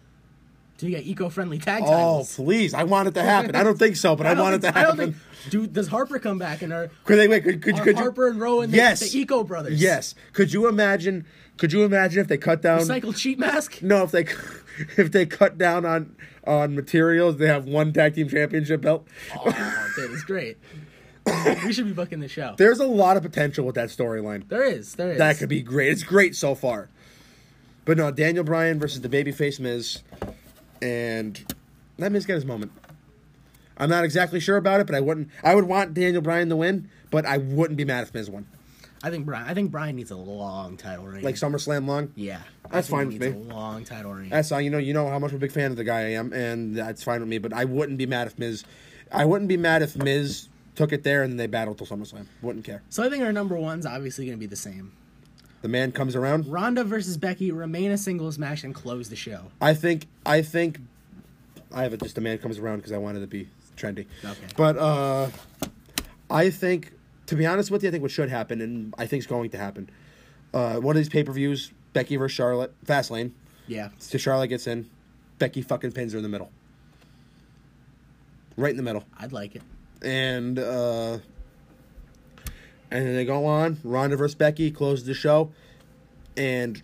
S1: Do you get eco-friendly tag
S2: Oh
S1: titles?
S2: please! I want it to happen. I don't think so, but I, want it to
S1: think-
S2: happen.
S1: I don't think. Do does Harper come back and are,
S2: Could they wait? Could, could,
S1: are
S2: could you-
S1: Harper and Rowan the,
S2: Yes.
S1: the Eco brothers?
S2: Yes. Um, Could you imagine? Could you imagine if they cut down?
S1: Recycled sheet
S2: [LAUGHS]
S1: mask.
S2: No, if they if they cut down on on materials, they have one tag team championship belt.
S1: Oh, that is great. we should be booking the show.
S2: There's a lot of potential with that storyline.
S1: there is. There is.
S2: That could be great. It's great so far. But no, Daniel Bryan versus the babyface Miz, and that Miz got his moment. I'm not exactly sure about it, but I wouldn't. I would want Daniel Bryan to win, but I wouldn't be mad if Miz won.
S1: I think Brian. I think Brian needs a long title reign.
S2: Like SummerSlam long.
S1: Yeah,
S2: That's
S1: I think
S2: fine
S1: he
S2: with
S1: needs
S2: me.
S1: A long title reign.
S2: That's all. You know, you know how much of a big fan of the guy I am, and that's fine with me. But I wouldn't be mad if Miz, I wouldn't be mad if Miz took it there and they battled till SummerSlam. Wouldn't care.
S1: so I think our number one's obviously going to be the same.
S2: The man comes around.
S1: Ronda versus Becky remain a singles match and close the show.
S2: I think. I think. I have it. Just the man comes around because I wanted to be trendy.
S1: Okay.
S2: But uh, I think, to be honest with you, I think what should happen, and I think is going to happen. Uh, one of these pay per views, Becky versus Charlotte, Fastlane.
S1: Yeah,
S2: So Charlotte gets in. Becky fucking pins her in the middle. Right in the middle.
S1: I'd like it.
S2: and uh, and then they go on. Ronda versus Becky closes the show, and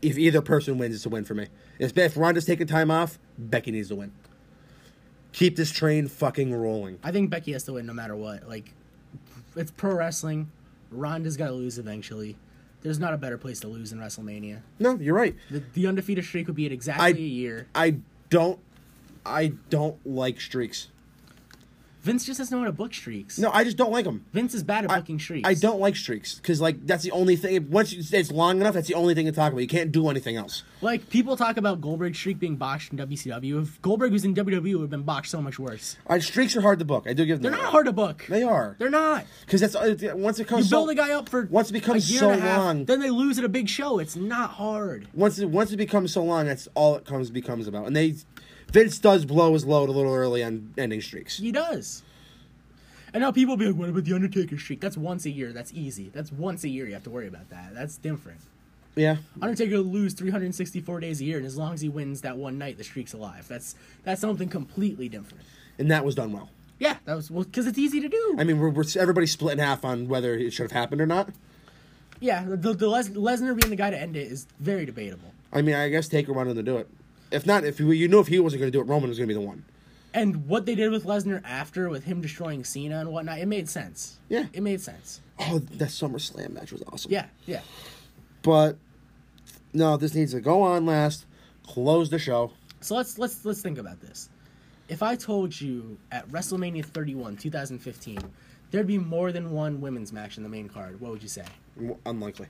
S2: if either person wins, it's a win for me. If, if Ronda's taking time off, Becky needs to win. Keep this train fucking rolling.
S1: I think Becky has to win no matter what. Like, it's pro wrestling. Ronda's got to lose eventually. There's not a better place to lose than WrestleMania.
S2: No, you're right.
S1: The, the undefeated streak would be at exactly
S2: I-
S1: a year.
S2: I don't, I don't like streaks.
S1: Vince just doesn't know how to book streaks.
S2: No, I just don't like them.
S1: Vince is bad at booking streaks.
S2: I don't like streaks because like that's the only thing. Once you- it's long enough, that's the only thing to talk about. You can't do anything else.
S1: Like people talk about Goldberg's streak being botched in WCW. If Goldberg was in WWE, it would have been botched so much worse.
S2: All right, streaks are hard to book. I do give them.
S1: They're
S2: that.
S1: not hard to book.
S2: They are.
S1: They're not.
S2: Because that's uh, once it
S1: You
S2: comes.
S1: build
S2: so,
S1: a guy up for
S2: once it becomes
S1: a year
S2: so
S1: and a half,
S2: long-
S1: then they lose at a big show. It's not hard.
S2: Once it, once it becomes so long, that's all it comes becomes about. And they, Vince does blow his load a little early on ending streaks.
S1: He does. And now people be like, "What about the Undertaker streak?" That's once a year. That's easy. That's once a year. You have to worry about that. That's different.
S2: Yeah,
S1: Undertaker will lose 364 days a year, and as long as he wins that one night, the streak's alive. That's that's something completely different.
S2: and that was done well.
S1: Yeah, that was well because it's easy to do.
S2: I mean, we're, we're everybody's split in half on whether it should have happened or not.
S1: Yeah, the, the Les- Lesnar being the guy to end it is very debatable.
S2: I mean, I guess Taker wanted to do it. If not, if you you knew if he wasn't going to do it, Roman was going to be the one.
S1: And what they did with Lesnar after, with him destroying Cena and whatnot, it made sense.
S2: Yeah.
S1: It made sense.
S2: Oh, that SummerSlam match was awesome.
S1: Yeah, yeah.
S2: but no, this needs to go on last. Close the show.
S1: So let's let's let's think about this. If I told you at WrestleMania 31, 2015, there'd be more than one women's match in the main card, what would you say?
S2: W- Unlikely.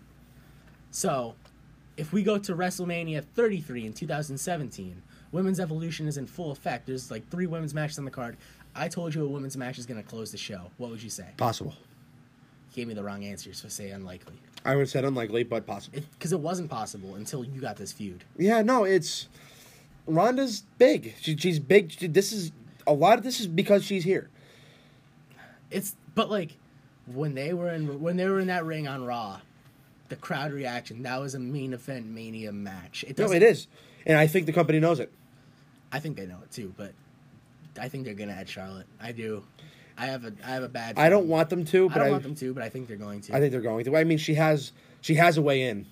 S1: So, if we go to WrestleMania 33 in 2017, women's evolution is in full effect. There's like three women's matches on the card. I told you a women's match is going to close the show. What would you say?
S2: Possible.
S1: gave me the wrong answer, so say unlikely.
S2: I would have said unlikely, but possible.
S1: Because it wasn't possible until you got this feud.
S2: Yeah, no, it's Rhonda's big. She, she's big. She- this is a lot of this is because she's here.
S1: It's but like when they were in when they were in that ring on Raw, the crowd reaction that was a main event Mania match. It
S2: No,
S1: doesn't-
S2: it is, and I think the company knows it.
S1: I think they know it too, but I think they're gonna add Charlotte. I do. I have a I have a bad.
S2: I don't
S1: feeling.
S2: want them to,
S1: I
S2: but
S1: don't
S2: I,
S1: want them to, but I think they're going to.
S2: I think they're going to. I mean, she has she has a way in.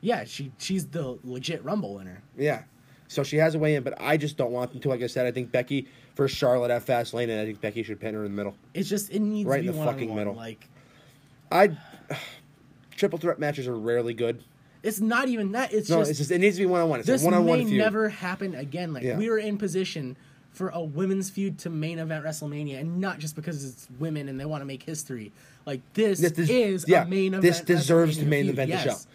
S1: yeah, she she's the legit Rumble winner.
S2: Yeah. So she has a way in, but I just don't want them to. Like I said, I think Becky for Charlotte at Fastlane, and I think Becky should pin her in the middle.
S1: It's just it needs
S2: Right
S1: to
S2: in
S1: be
S2: the
S1: one
S2: fucking middle.
S1: Like
S2: I [SIGHS] triple threat matches are rarely good.
S1: it's not even that. It's
S2: No,
S1: just
S2: it's just it needs to be one on one. It's
S1: this
S2: a one on
S1: may
S2: one feud.
S1: never happen again. Like
S2: Yeah.
S1: we were in position for a women's feud to main event WrestleMania, and not just because it's women and they want to make history. Like this,
S2: This- this-
S1: is
S2: yeah,
S1: a main event.
S2: This deserves to
S1: WrestleMania
S2: main
S1: feud,
S2: event the show.
S1: yes.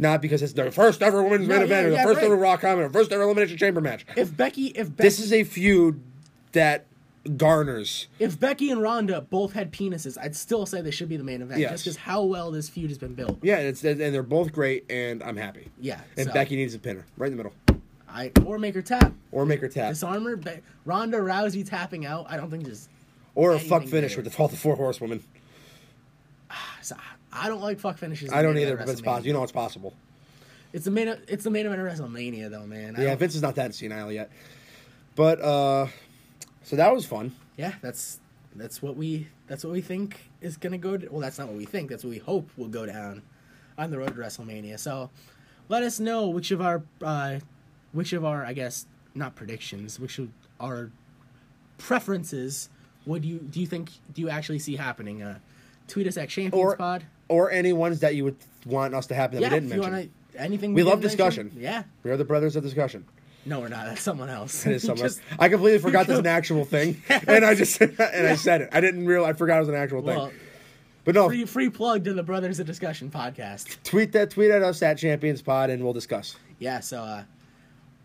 S2: Not because it's their first ever women's
S1: No,
S2: main
S1: yeah,
S2: event, or the
S1: yeah,
S2: first
S1: right.
S2: ever Raw comment, or first ever Elimination Chamber match.
S1: If Becky, if Becky,
S2: this is a feud that garners.
S1: if Becky and Ronda both had penises, I'd still say they should be the main event.
S2: Yes.
S1: Just because how well this feud has been built.
S2: Yeah, and, it's, and they're both great, and I'm happy.
S1: Yeah,
S2: And
S1: so-
S2: Becky needs a pinner right in the middle,
S1: I or make her tap,
S2: or make her tap,
S1: disarm her. Be- Ronda Rousey tapping out. I don't think just.
S2: or a
S1: anything
S2: fuck finish
S1: better.
S2: with the, all the four horsewomen.
S1: I don't like fuck finishes. in
S2: I
S1: the
S2: don't
S1: main
S2: either,
S1: event
S2: but it's
S1: WrestleMania.
S2: possible. You know it's possible.
S1: It's the main. It's the main event of WrestleMania, though, man. I
S2: Yeah,
S1: don't-
S2: Vince is not that senile yet. But uh so that was fun.
S1: yeah. That's that's what we that's what we think is gonna go. To, well, that's not what we think. That's what we hope will go down on the road to WrestleMania. So, let us know which of our uh, which of our I guess not predictions, which of our preferences would you do you think do you actually see happening? Uh, tweet us at Champions
S2: Or
S1: Pod.
S2: or any ones that you would want us to happen that
S1: Yeah,
S2: we didn't
S1: if you
S2: mention.
S1: want to anything.
S2: We love
S1: didn't mention,
S2: discussion.
S1: Yeah.
S2: We are the brothers
S1: [LAUGHS]
S2: of discussion.
S1: No, we're not. That's someone else. [LAUGHS]
S2: It is something
S1: Just-
S2: else. I completely
S1: [LAUGHS]
S2: forgot this is an actual thing, and I just [LAUGHS] and I said it. I didn't realize I forgot it was an actual thing.
S1: well,
S2: but no,
S1: free free plug to the Brothers of Discussion podcast.
S2: tweet that tweet at us at Champions Pod, and we'll discuss.
S1: Yeah, so uh,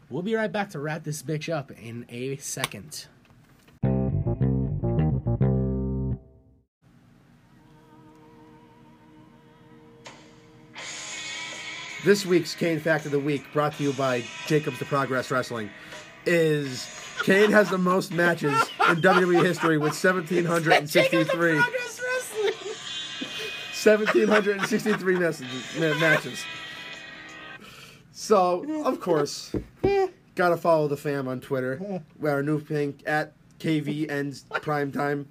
S1: we'll be right back to wrap this bitch up in a second.
S2: This week's Kane Fact of the Week, brought to you by Jacobs the Progress Wrestling, is Kane has the most matches in WWE
S1: [LAUGHS]
S2: history with
S1: Jacob the
S2: 1,763.
S1: Progress Wrestling.
S2: 1763 messages, ma- matches. So, of course, gotta follow the fam on Twitter. Our new thing at KVN's primetime.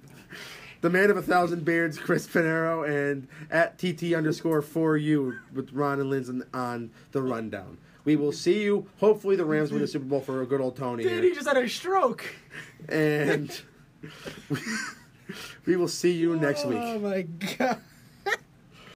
S2: The man of a thousand beards, Chris Pinero, and at TT underscore for you with Ron and Linz on- on the rundown. We will see you. Hopefully, the Rams win the Super Bowl for a good old Tony.
S1: Dude,
S2: here
S1: he just had a stroke.
S2: And [LAUGHS] we will see you next week.
S1: Oh my god.